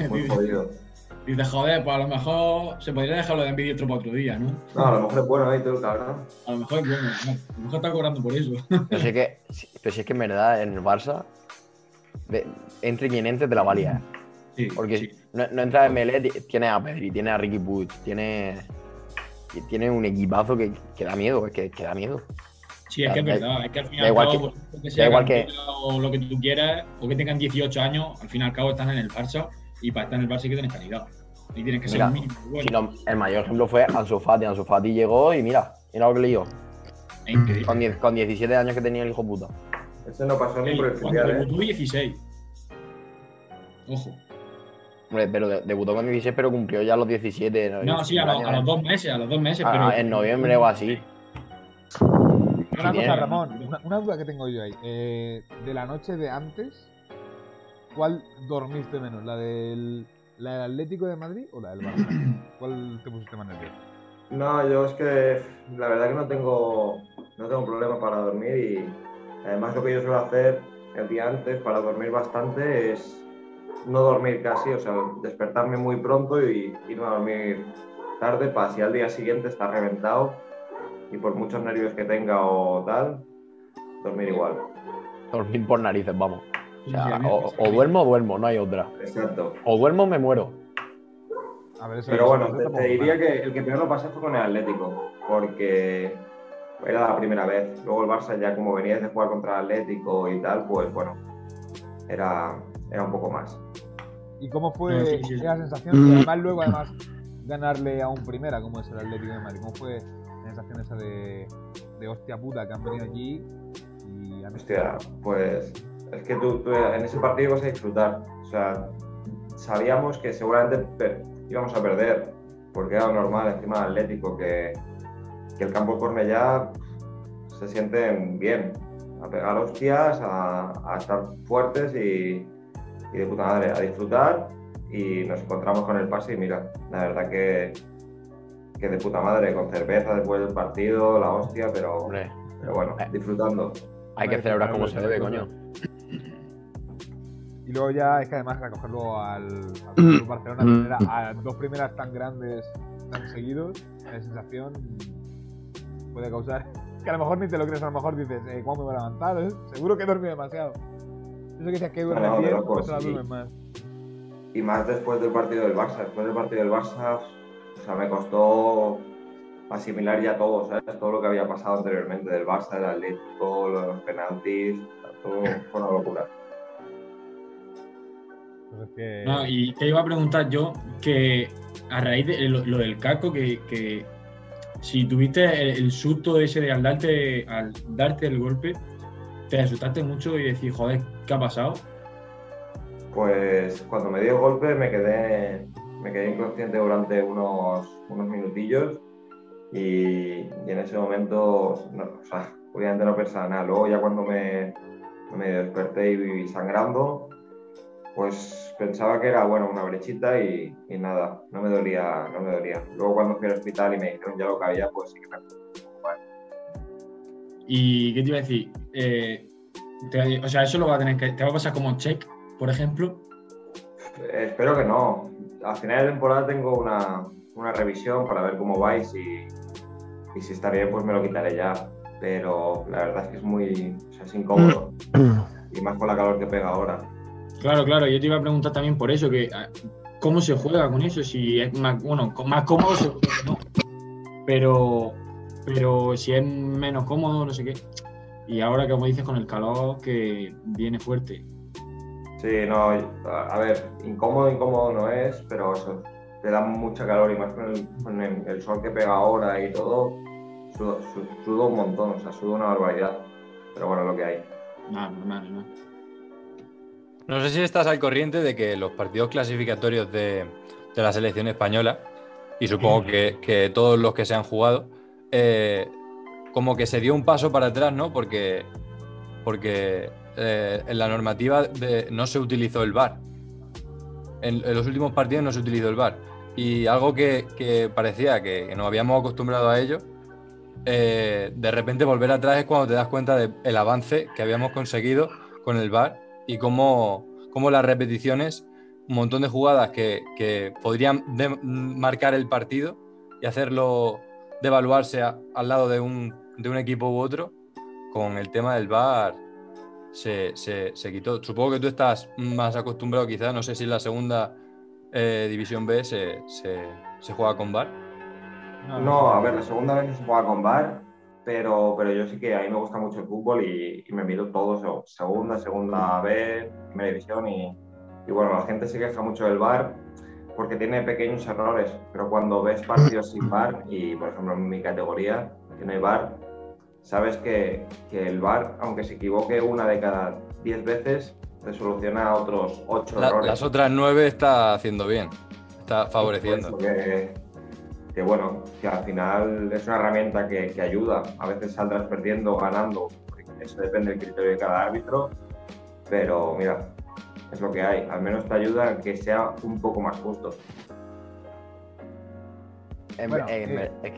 F: muy jodido.
D: Dice, joder, pues a lo mejor se podría dejarlo de ambidiestro para otro día, ¿no?
F: No, a lo mejor es bueno, ¿eh? Tú, cabrón.
D: A lo mejor es bueno, a lo mejor está cobrando por eso.
E: Pero si, es que, si- pero si es que en verdad en el Barça, de- entre quien entre te la valía. ¿eh?
D: Sí,
E: Porque
D: sí.
E: no, no entra en Melé, tienes a Pedri, tienes a Ricky Puig, tienes que tiene un equipazo que, que da miedo, es que, que da miedo.
D: Sí, es que es
E: Da-
D: verdad. Es que al
E: da
D: final,
E: igual que-
D: que sea
E: da igual que-
D: cantera o lo que tú quieras, o que tengan 18 años, al fin y al cabo están en el Barça y para estar en el Barça hay que tener calidad. Y tienes que ser
E: Mira,
D: un mínimo bueno.
E: Si no, el mayor ejemplo fue Ansu Fati. Ansu Fati llegó y mira, mira lo que le dio.
D: Es increíble.
E: Con, 10 con 17 años que tenía el hijo puta.
F: Ese no pasó ni por el
D: Cuando
F: filial, ¿eh?
D: debutó 16. Ojo.
E: Hombre, pero de- debutó con 16, pero cumplió ya los 17.
D: No, sí, a,
E: el
D: los-
E: año-
D: a los dos meses, a los dos meses.
E: Ah,
D: pero
E: en noviembre o así.
A: Una
E: Bien.
A: cosa, Ramón, una, una duda que tengo yo ahí. Eh, de la noche de antes, ¿cuál dormiste menos? ¿La del, la del Atlético de Madrid o la del Barça? ¿Cuál te pusiste más nervioso?
F: No, yo es que la verdad que no tengo, no tengo problema para dormir y además lo que yo suelo hacer el día antes para dormir bastante es no dormir casi, o sea, despertarme muy pronto y irme a dormir tarde para si al día siguiente está reventado y por muchos nervios que tenga o tal, dormir igual.
E: Dormir por narices, vamos. O, sea,
D: Sí, sí,
E: o-
D: sí.
E: o duermo o duermo, no hay otra.
F: Exacto.
E: O duermo o me muero.
A: A ver, eso
F: Pero
A: eso
F: bueno,
A: tampoco
F: te,
A: está
F: te
A: mal.
F: diría que el que peor lo pasé fue con el Atlético, porque era la primera vez. Luego el Barça ya como venías de jugar contra el Atlético y tal, pues bueno, era, era un poco más.
A: ¿Y cómo fue
D: No, sí, sí, sí.
A: esa sensación? Y además, luego, además, ganarle a un primera como es el Atlético de Madrid. ¿Cómo fue la sensación esa de, de hostia puta que han venido aquí y han
F: Hostia, pues es que tú, tú en ese partido ibas a disfrutar. O sea, sabíamos que seguramente per- íbamos a perder, porque era lo normal encima del Atlético, que, que el campo de Cornellá se sienten bien, a pegar hostias, a, a estar fuertes y, y de puta madre, a disfrutar. Y nos encontramos con el pase y mira, la verdad que, que de puta madre, con cerveza después del partido, la hostia, pero,
E: Hombre,
F: pero bueno,
E: Eh.
F: disfrutando.
E: hay que celebrar como se debe, coño.
A: Y luego ya es que además recogerlo al, al Club Barcelona, tener a, a dos primeras tan grandes, tan seguidos, la sensación puede causar que a lo mejor ni te lo crees, a lo mejor dices, eh, ¿cómo me voy a levantar? eh? Seguro que he dormido demasiado. Eso que decías que duermes
F: No, de
A: bien,
F: locos,
A: pues ahora
F: sí.
A: duermes más.
F: Y más después del partido del Barça. Después del partido del Barça, o sea, me costó asimilar ya todo, ¿sabes? Todo lo que había pasado anteriormente del Barça, del Atlético, los penaltis, todo fue una locura.
A: Entonces que...
D: No, y te iba a preguntar yo que a raíz de lo, lo del casco, que, que si tuviste el, el susto ese de al darte, al darte el golpe, te asustaste mucho y decís, joder, ¿qué ha pasado?
F: Pues cuando me dio el golpe me quedé, me quedé inconsciente durante unos, unos minutillos y, y en ese momento, no, o sea, obviamente no pensaba nada. Luego ya cuando me, me desperté y viví sangrando, pues pensaba que era, bueno, una brechita y, y nada, no me dolía, no me dolía. Luego cuando fui al hospital y me dijeron ya lo que había, pues sí que me
D: ¿Y qué te iba a decir? Eh, te- o sea, eso lo va a tener que. Te va a pasar como check, por ejemplo.
F: Espero que no. Al final de temporada tengo una, una revisión para ver cómo vais y, y si está bien pues me lo quitaré ya. Pero la verdad es que es muy o sea, es incómodo y más con la calor que pega ahora.
D: Claro, claro, yo te iba a preguntar también por eso, que ah, cómo se juega con eso, si es más, bueno, co- más cómodo se juega, ¿no? Pero, pero si es menos cómodo, no sé qué. Y ahora, como dices, con el calor que viene fuerte.
F: Sí, no, a a ver, incómodo, incómodo no es, pero eso, te da mucha calor y más con el, con el- el sol que pega ahora y todo, sudo, su- sudo un montón, o sea, sudo una barbaridad. Pero bueno, lo que hay.
D: Nada, normal, normal.
B: No sé si estás al corriente de que los partidos clasificatorios de, de la selección española, y supongo que, que todos los que se han jugado, eh, como que se dio un paso para atrás, ¿no? Porque, porque eh, en la normativa de- no se utilizó el VAR. En, en los últimos partidos no se utilizó el VAR. Y algo que, que parecía que, que nos habíamos acostumbrado a ello, eh, de repente volver atrás es cuando te das cuenta del avance que habíamos conseguido con el VAR y cómo, cómo las repeticiones, un montón de jugadas que, que podrían de- marcar el partido y hacerlo devaluarse a- al lado de un, de un equipo u otro, con el tema del VAR se, se- se quitó. Supongo que tú estás más acostumbrado quizás, no sé si en la segunda eh, división B se, se- se juega con VAR.
F: No, a ver, la segunda vez no se juega con bar, pero, pero yo sí que a mí me gusta mucho el fútbol y, y me miro todo, so- segunda, segunda vez, primera división y, y bueno, la gente se queja mucho del bar porque tiene pequeños errores, pero cuando ves partidos sin bar y por ejemplo en mi categoría que no hay bar, sabes que, que el bar, aunque se equivoque una de cada 10 veces, te soluciona otros 8
B: La-
F: errores.
B: las otras nueve está haciendo bien. Está favoreciendo.
F: Por eso Que, que, bueno, que al final es una herramienta que, que ayuda. A veces saldrás perdiendo o ganando. Eso depende del criterio de cada árbitro. Pero mira, es lo que hay. Al menos te ayuda a que sea un poco más justo.
E: En,
A: Bueno,
E: en-
A: eh.
E: en-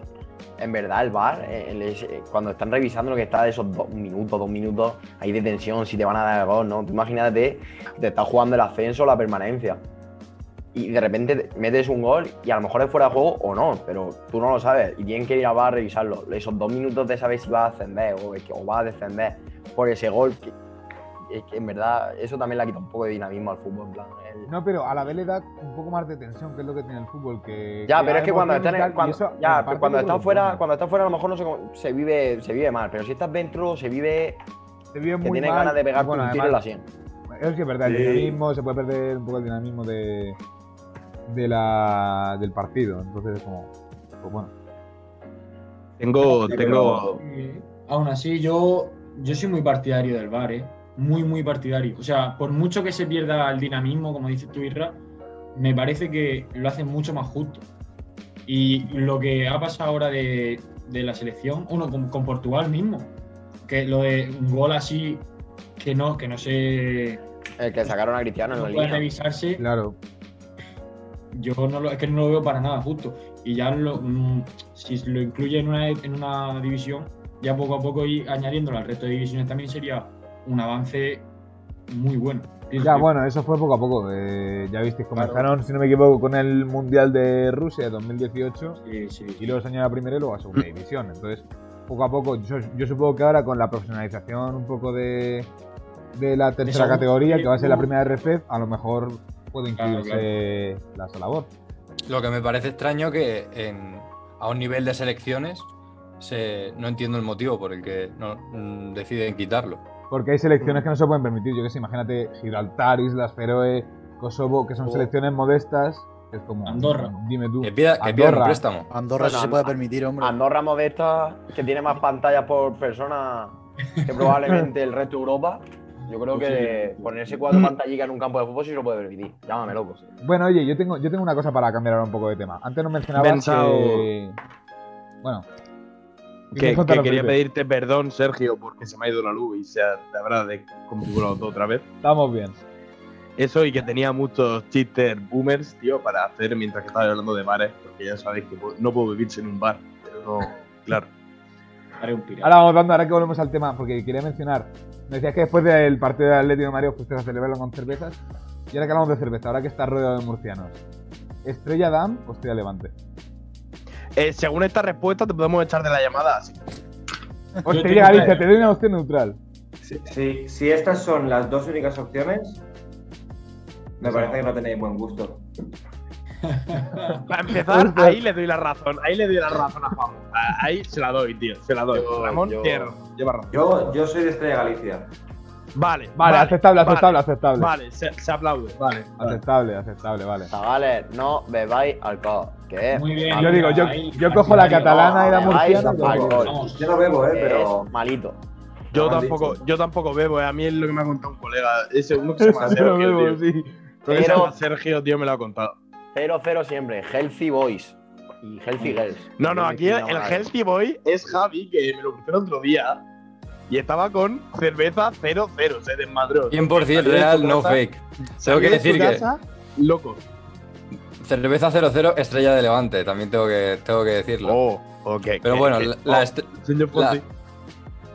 E: en verdad, el bar, cuando están revisando lo que está de esos dos minutos, dos minutos, hay de tensión, si te van a dar el gol, ¿no? Tú imagínate que te estás jugando el ascenso, la permanencia. Y de repente te- metes un gol y a lo mejor es fuera de juego o no, pero tú no lo sabes. Y tienen que ir a bar a revisarlo. Esos dos minutos de saber si va a ascender o, es que- o va a descender por ese gol. que- es que en verdad, eso también le quita un poco de dinamismo al fútbol. En plan, el-
A: No, pero a la vez le da un poco más de tensión, que es lo que tiene el fútbol. Que,
E: Ya,
A: que
E: pero
A: la
E: es que cuando
A: emoción
E: estás
A: y
E: en
A: tal,
E: el-
A: y
E: cuando,
A: eso,
E: ya,
A: en parte,
E: pero cuando
A: yo creo
E: estás
A: que
E: fuera,
A: bueno.
E: cuando estás fuera a lo mejor no se, con- se vive se vive mal, pero si estás dentro se vive
A: Te vive
E: que
A: muy
E: tienes
A: mal,
E: ganas de pegarte
A: bueno,
E: un tiro
A: además,
E: en la sien.
A: Eso sí es verdad, el
F: Sí.
A: dinamismo, se puede perder un poco el dinamismo de, de la, del partido. Entonces es como, pues bueno.
G: Tengo,
F: Sí,
G: tengo.
D: Eh, aún así, yo, yo soy muy partidario del VAR, ¿eh? Muy, muy partidario. O sea, por mucho que se pierda el dinamismo, como dices tú, Irra, me parece que lo hacen mucho más justo. Y lo que ha pasado ahora de, de la selección, uno con, con Portugal mismo, que lo de un gol así que no, que no se
E: El que sacaron a Cristiano en
D: no
E: la
D: puede
E: línea.
D: revisarse,
A: Claro,
D: yo no lo, es que no lo veo para nada justo. Y ya lo- mm, si lo incluye en una, en una división, ya poco a poco ir añadiéndolo al resto de divisiones también sería un avance muy bueno. Pienso
A: ya
D: yo.
A: bueno, eso fue poco a poco. eh, ya visteis, comenzaron, si no me equivoco, con el Mundial de Rusia de 2018
D: Sí, sí.
A: y luego se añadió a primera y luego a
D: Mm.
A: segunda división. Entonces, poco a poco, yo, yo supongo que ahora con la profesionalización un poco de, de la tercera
D: segunda,
A: categoría, que va a ser la
D: ¿no?
A: primera RFED, a lo mejor puede
D: Mm. Claro,
A: incluirse la Salabor.
B: Lo que me parece extraño que en- a un nivel de selecciones se, no entiendo el motivo por el que no, mm, deciden quitarlo.
A: Porque hay selecciones que no se pueden permitir. Yo que sé, imagínate Gibraltar, Islas Feroe, Kosovo, que son
E: Oh.
A: selecciones modestas. que Es como.
D: Andorra.
A: Dime tú.
G: Eh.
B: Que, pida, que pidan un
A: Andorra.
B: préstamo.
C: Andorra
E: Bueno,
C: sí se
E: An-
C: puede permitir, hombre.
E: Andorra modesta, que tiene más pantallas por persona que probablemente el resto de Europa. Yo creo que ponerse cuatro pantallitas en un campo de fútbol sí se lo puede permitir. Llámame loco.
A: Bueno, oye, yo tengo, yo tengo una cosa para cambiar ahora un poco de tema. Antes no mencionabas
G: Pensao-
A: que. Bueno.
G: Que,
A: Cuéntalo
G: que quería
A: primero.
G: pedirte perdón, Sergio, porque se me ha ido la luz y se ha- te habrá desconfigurado todo otra vez.
A: Estamos bien.
G: Eso y que tenía muchos chistes boomers, tío, para hacer mientras que estaba hablando de bares, porque ya sabéis que po- no puedo vivir sin un bar, pero no, claro.
D: Haré un pirata.
A: Ahora vamos dando, ahora que volvemos al tema, porque quería mencionar. Me decías que después del partido de Atlético de Mario fuiste a celebrarlo con cervezas. Y ahora que hablamos de cerveza, ahora que está rodeado de murcianos. ¿Estrella Dam o Estrella Levante?
G: Eh, según esta respuesta, te podemos echar de la llamada, así que
A: O
D: Yo
A: Estrella
D: tengo-
A: Galicia, te doy una opción neutral.
F: Si, si- si estas son las dos únicas opciones, me parece que no tenéis buen gusto.
G: para empezar, ahí le doy la razón, ahí le doy la razón a Juan. Ahí se la doy, tío, se la doy.
E: Yo-
G: Ramón,
E: yo-
G: tierra, lleva razón.
F: Yo, yo soy de Estrella Galicia.
G: Vale,
A: Vale, aceptable,
G: vale,
A: aceptable, aceptable.
G: Vale, se, se aplaude, vale. vale.
A: Aceptable, aceptable, vale.
E: Chavales, no bebáis alcohol. Que es
D: Muy bien.
A: Yo digo, yo,
D: Ahí,
A: yo cojo la
D: ahí,
A: catalana y la
E: ahí,
A: murciana.
E: ahí,
A: y cojo-
E: ahí.
D: Vamos.
F: Yo no bebo, ¿eh?
E: que
F: Pero
E: es malito.
G: Yo
F: Lo han
G: tampoco,
F: dicho.
G: yo tampoco bebo, eh, a mí es lo que me ha contado un colega, ese uno que se llama
A: Yo
G: Sergio,
A: bebo,
G: tío.
A: sí.
G: Creo que se llama
E: Pero-
G: Sergio, tío, me lo ha contado.
E: 0-0 siempre, Healthy Boys y Healthy Girls.
G: No, no, aquí el
E: Ahora,
G: healthy boy es Javi, que me lo pusieron otro día y estaba con cerveza 0-0, se desmadró.
B: 100%
G: Salí de
B: real,
G: tu
B: no
G: casa-
B: fake.
G: Salí
B: que
G: de tu
B: decir que-
G: casa, Loco.
B: Cerveza 00, estrella de Levante, también tengo que, tengo que decirlo.
G: Oh, eh, ok. oh,
B: Pero bueno, la, la est-
G: Señor Fonsi.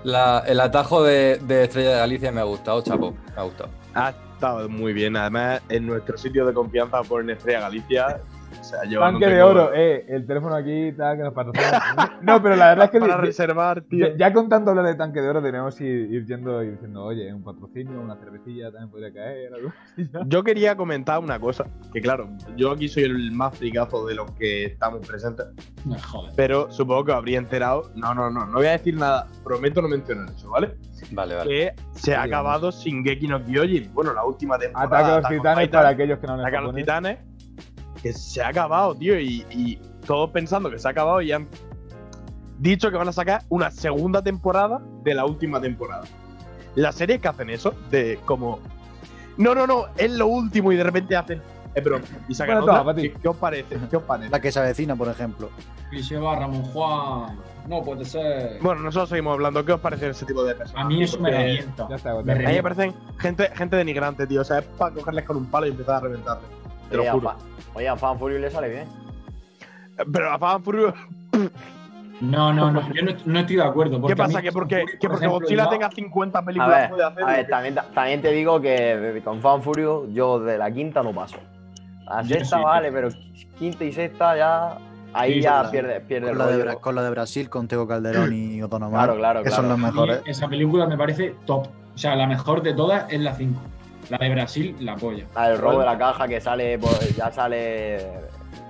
B: la- el atajo de, de Estrella de Galicia me ha gustado, chapo. Me ha gustado.
G: Ha estado muy bien, además en nuestro sitio de confianza ponen Estrella Galicia O sea, yo
A: Tanque
G: no
A: de
G: tengo-
A: oro, eh, el teléfono aquí, tal, que nos patrocina. No, pero la verdad es que
G: Para
A: di-
G: reservar, tío.
A: ya, ya con tanto hablar de tanque de oro tenemos que ir, ir yendo y diciendo, oye, un patrocinio, una cervecilla también podría caer, algo así, ¿no?
G: Yo quería comentar una cosa, que claro, yo aquí soy el más fricazo de los que estamos presentes,
D: No joder.
G: pero supongo que os habría enterado. No, no, no, no voy a decir nada, prometo no mencionar eso, ¿vale?
B: Vale, vale.
G: Que se ha
A: Oye,
G: acabado Shingeki no Kyojin, bueno, la última temporada.
A: Ataque a los
G: Attack on
A: titanes
G: Titan.
A: para aquellos que no
G: Ataque a los
A: hablan japonés.
G: titanes, que se ha acabado, tío, y, y todos pensando que se ha acabado y han dicho que van a sacar una segunda temporada de la última temporada. Las series que hacen eso, de como, no, no, no, es lo último y de repente hacen, eh, bro, y sacan
A: Bueno, toma,
G: otra.
A: pa' ti.
G: ¿Qué, qué os parece? ¿Qué os parece?
C: La que se avecina, por ejemplo.
D: Cliché va Ramón Juan. No puede ser.
G: Bueno, nosotros seguimos hablando, ¿qué os parece ese tipo de personas?
D: a mí eso me
G: Porque
D: revienta.
A: Ya está,
D: Me
G: A mí
A: ya
G: me parecen gente, gente denigrante, tío, o sea, es para cogerles con un palo y empezar a reventarles. Te
D: Eh,
E: Oye,
G: lo
E: a
G: juro.
E: Fa- Oye, a Fan Furious le sale bien.
G: Pero a Fan Furious
D: No, no, no. Yo no, no estoy de acuerdo. porque
G: ¿Qué
D: a
G: pasa?
D: mí-
G: ¿Que porque,
D: por
G: que porque
D: ejemplo,
G: Godzilla
D: yo-
G: tenga 50
E: A
G: películas
E: ver,
G: puede
E: a ver,
G: hacer?
E: también, también te digo que con Fan Furious yo de la quinta no paso. La
D: Yo
E: sexta
D: sí.
E: vale, pero quinta y sexta ya. Ahí
D: Sí,
E: ya
C: con la-
E: pierde, pierde
C: Con
E: el
C: la, de
E: rollo.
C: Bra- con la de Brasil, con Teo Calderón y Otono
E: Claro, claro,
C: que son
E: claro.
C: los
D: a mí
C: mejores.
D: Esa película me parece top. O sea, la mejor de todas es la 5. La de Brasil, la polla.
E: La del robo de la caja que sale, pues, ya sale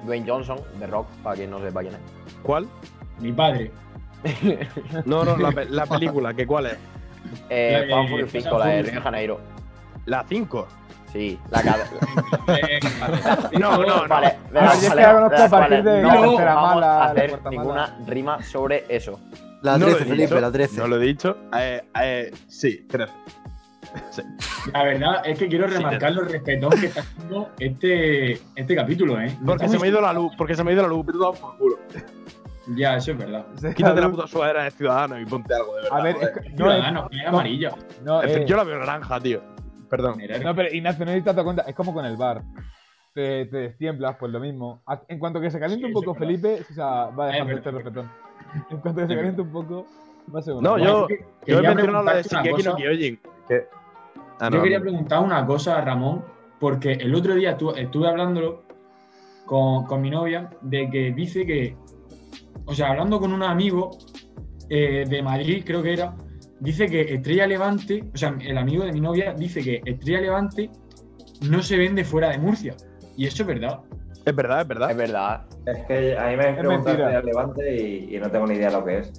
E: Dwayne Johnson de Rock, para quien no sepa quién es.
G: ¿Cuál?
D: Mi padre.
G: No, no, la, pe- la película, ¿que cuál es?
E: Eh,
D: Eh,
E: Fan Furious
D: Fan
E: 5, la de
D: Furious.
E: Río de Janeiro.
G: La 5.
E: Sí, la que.
D: Eh,
G: No, no, no.
E: Vale, de
A: Ah,
E: las
A: yo es que
E: cuales-
A: la conozco
E: las
A: a partir
E: cuales
A: de
E: no
A: la tercera
E: vamos
A: mala, la
E: a hacer
A: cuarta mala.
E: ninguna rima sobre eso.
C: La
G: No
C: 13,
G: lo he
C: Felipe,
G: dicho,
C: la 13.
G: No lo he dicho. Eh, eh, sí, 13.
D: La verdad es que quiero
G: Sí,
D: remarcar los respetos que está haciendo este, este capítulo, ¿eh? No
G: Porque
D: estamos-
G: se me ha ido la luz, porque se me ha ido la luz, pero por culo.
D: Ya, eso es verdad.
G: Quítate la puta sudadera de ciudadano y ponte algo de verdad.
A: A ver, es
G: joder.
A: que- no, es-
D: Ciudadanos, no, amarilla.
A: no,
G: En fin,
A: eh,
G: Yo la veo naranja, tío. Perdón.
A: No, pero Ignacio, no he dado cuenta. Es como con el bar. Te, te destiemplas, pues lo mismo. A- En cuanto que se caliente
D: Sí,
A: un
D: eso
A: poco
D: es verdad. Eh,
A: Felipe, o sea, va a dejar de
D: Es
A: este
D: verdad.
A: respetón. En cuanto que se
D: Es
A: caliente un poco, va a ser una
G: No,
A: guay.
G: yo, yo he
D: quería
G: mencionado la de
D: preguntarte
G: Shingeki
D: una
G: no
D: cosa.
G: Kyojin. que- Ah,
D: Yo
G: no,
D: quería
G: no.
D: preguntar una cosa a Ramón, porque el otro día tu- estuve hablándolo con, con mi novia de que dice que, o sea, hablando con un amigo eh, de Madrid, creo que era, dice que Estrella Levante, o sea, el amigo de mi novia dice que Estrella Levante no se vende fuera de Murcia. Y eso es verdad.
G: Es verdad, es
E: Es
D: ¿Ah?
G: verdad.
E: verdad.
F: Es que a mí me han
A: Es
F: preguntado
A: mentira.
F: de Levante y, y no tengo ni idea de lo que es.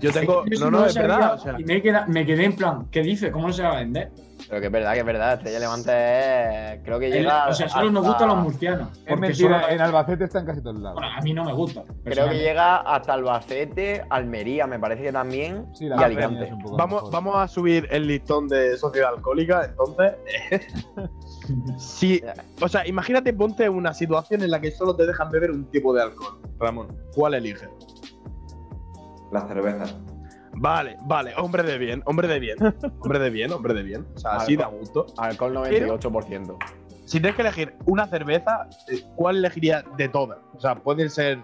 G: Yo tengo.
D: Yo eso
G: No, no,
D: lo
G: es
D: sabía
G: verdad. O sea,
D: y me, queda- me quedé en plan, ¿qué dice? ¿Cómo no se va a vender?
E: Pero que es verdad, que es verdad. Estrella Levante es. Creo que
D: El-
E: llega.
D: Eh, o sea, solo nos
E: hasta-
D: gustan los murcianos.
A: Es
D: porque
A: mentira,
G: eh.
D: solo-
A: en Albacete está en casi todos lados.
D: bueno, a mí no me gusta.
E: Creo que
D: personalmente.
E: llega hasta Albacete, Almería, me parece que también.
A: Sí,
E: y
A: la verdad
E: Alicante.
A: es un poco
G: Vamos,
A: mejor.
G: vamos a subir el listón de sociedad alcohólica, entonces. sí. O sea, imagínate, ponte una situación en la que solo te dejan beber un tipo de alcohol. Ramón, ¿cuál eliges?
F: La cerveza.
G: Vale, vale, hombre de bien, hombre de bien. Hombre de bien, hombre de bien. O sea,
E: Vale,
G: así da
E: va.
G: gusto.
E: Alcohol 98%.
G: Si tienes que elegir una cerveza, eh, ¿cuál elegirías de todas? O sea, pueden ser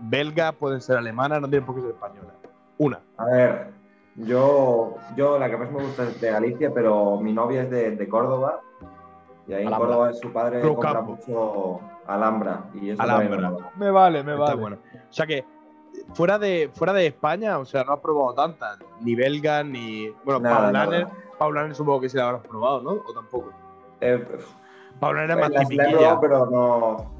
G: belgas, pueden ser alemanas, no tienen por qué ser españolas. Una.
F: A ver, yo, yo la que más me gusta es de Galicia, pero mi novia es de, de Córdoba. Y ahí en
E: Alhambra.
F: Córdoba su padre
G: Cruz
F: compra
G: Campo.
F: mucho Alhambra. Y eso
G: Alhambra.
F: también me mola.
A: Me vale, me
G: Está
A: vale.
G: bueno. O sea que eh, fuera de, fuera de España, o sea, no has probado tantas. Ni belgas, ni. Bueno,
F: Nada,
G: Paulaner.
F: nada.
G: Paulaner supongo que sí la habrás probado, ¿no? O tampoco.
F: Eh, pff,
G: Paulaner es
F: Pues la-
G: más
F: la he
G: tipiquilla.
F: probado, pero no.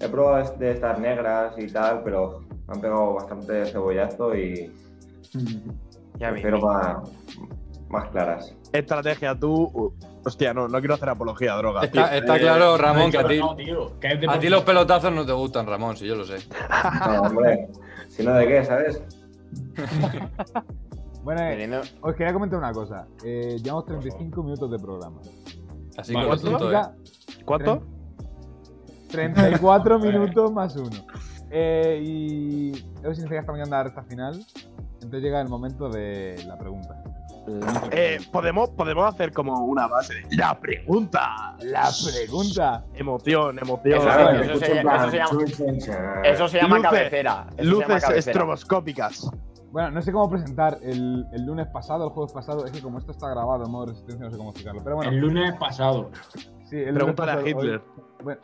F: He probado es- de estas negras y tal, pero me han pegado bastante cebollazo y
E: Ya me-
F: prefiero más, más claras.
G: Estrategia tú. uh, hostia, no, no quiero hacer apología a drogas. tío.
B: Está, está
G: Eh,
B: claro, Ramón, que a ti,
D: No, tío, que es de
B: a ti los pelotazos no te gustan, Ramón, si yo lo sé.
F: No, hombre. si no, ¿de qué, sabes?
A: Bueno, eh,
E: Teniendo-
A: os quería comentar una cosa. Eh, llevamos 35 minutos de programa.
B: Así
D: Vale,
B: que lo siento, eh.
A: Significa
G: ¿Cuánto?
A: 34 minutos más uno. Eh, y eso significa que estamos llegando a la recta final. Entonces llega el momento de la pregunta.
G: Eh, podemos, podemos hacer como una base de. La pregunta.
A: La pregunta.
G: Emoción, emoción.
E: Eso,
F: Claro,
E: eso
F: escucho
E: se,
F: en plan,
E: eso se llama,
F: chun, chun,
E: eso se llama
G: Luces-
E: cabecera. Eso se llama
G: Luces
E: cabecera.
G: estroboscópicas.
A: Bueno, no sé cómo presentar el, el lunes pasado, el jueves pasado. Es que como esto está grabado en modo resistencia, no sé cómo explicarlo. Pero bueno,
D: El lunes pasado.
A: sí, el lunes
G: Pregúntale a
A: pasado, hoy-
G: Hitler.
A: Bueno.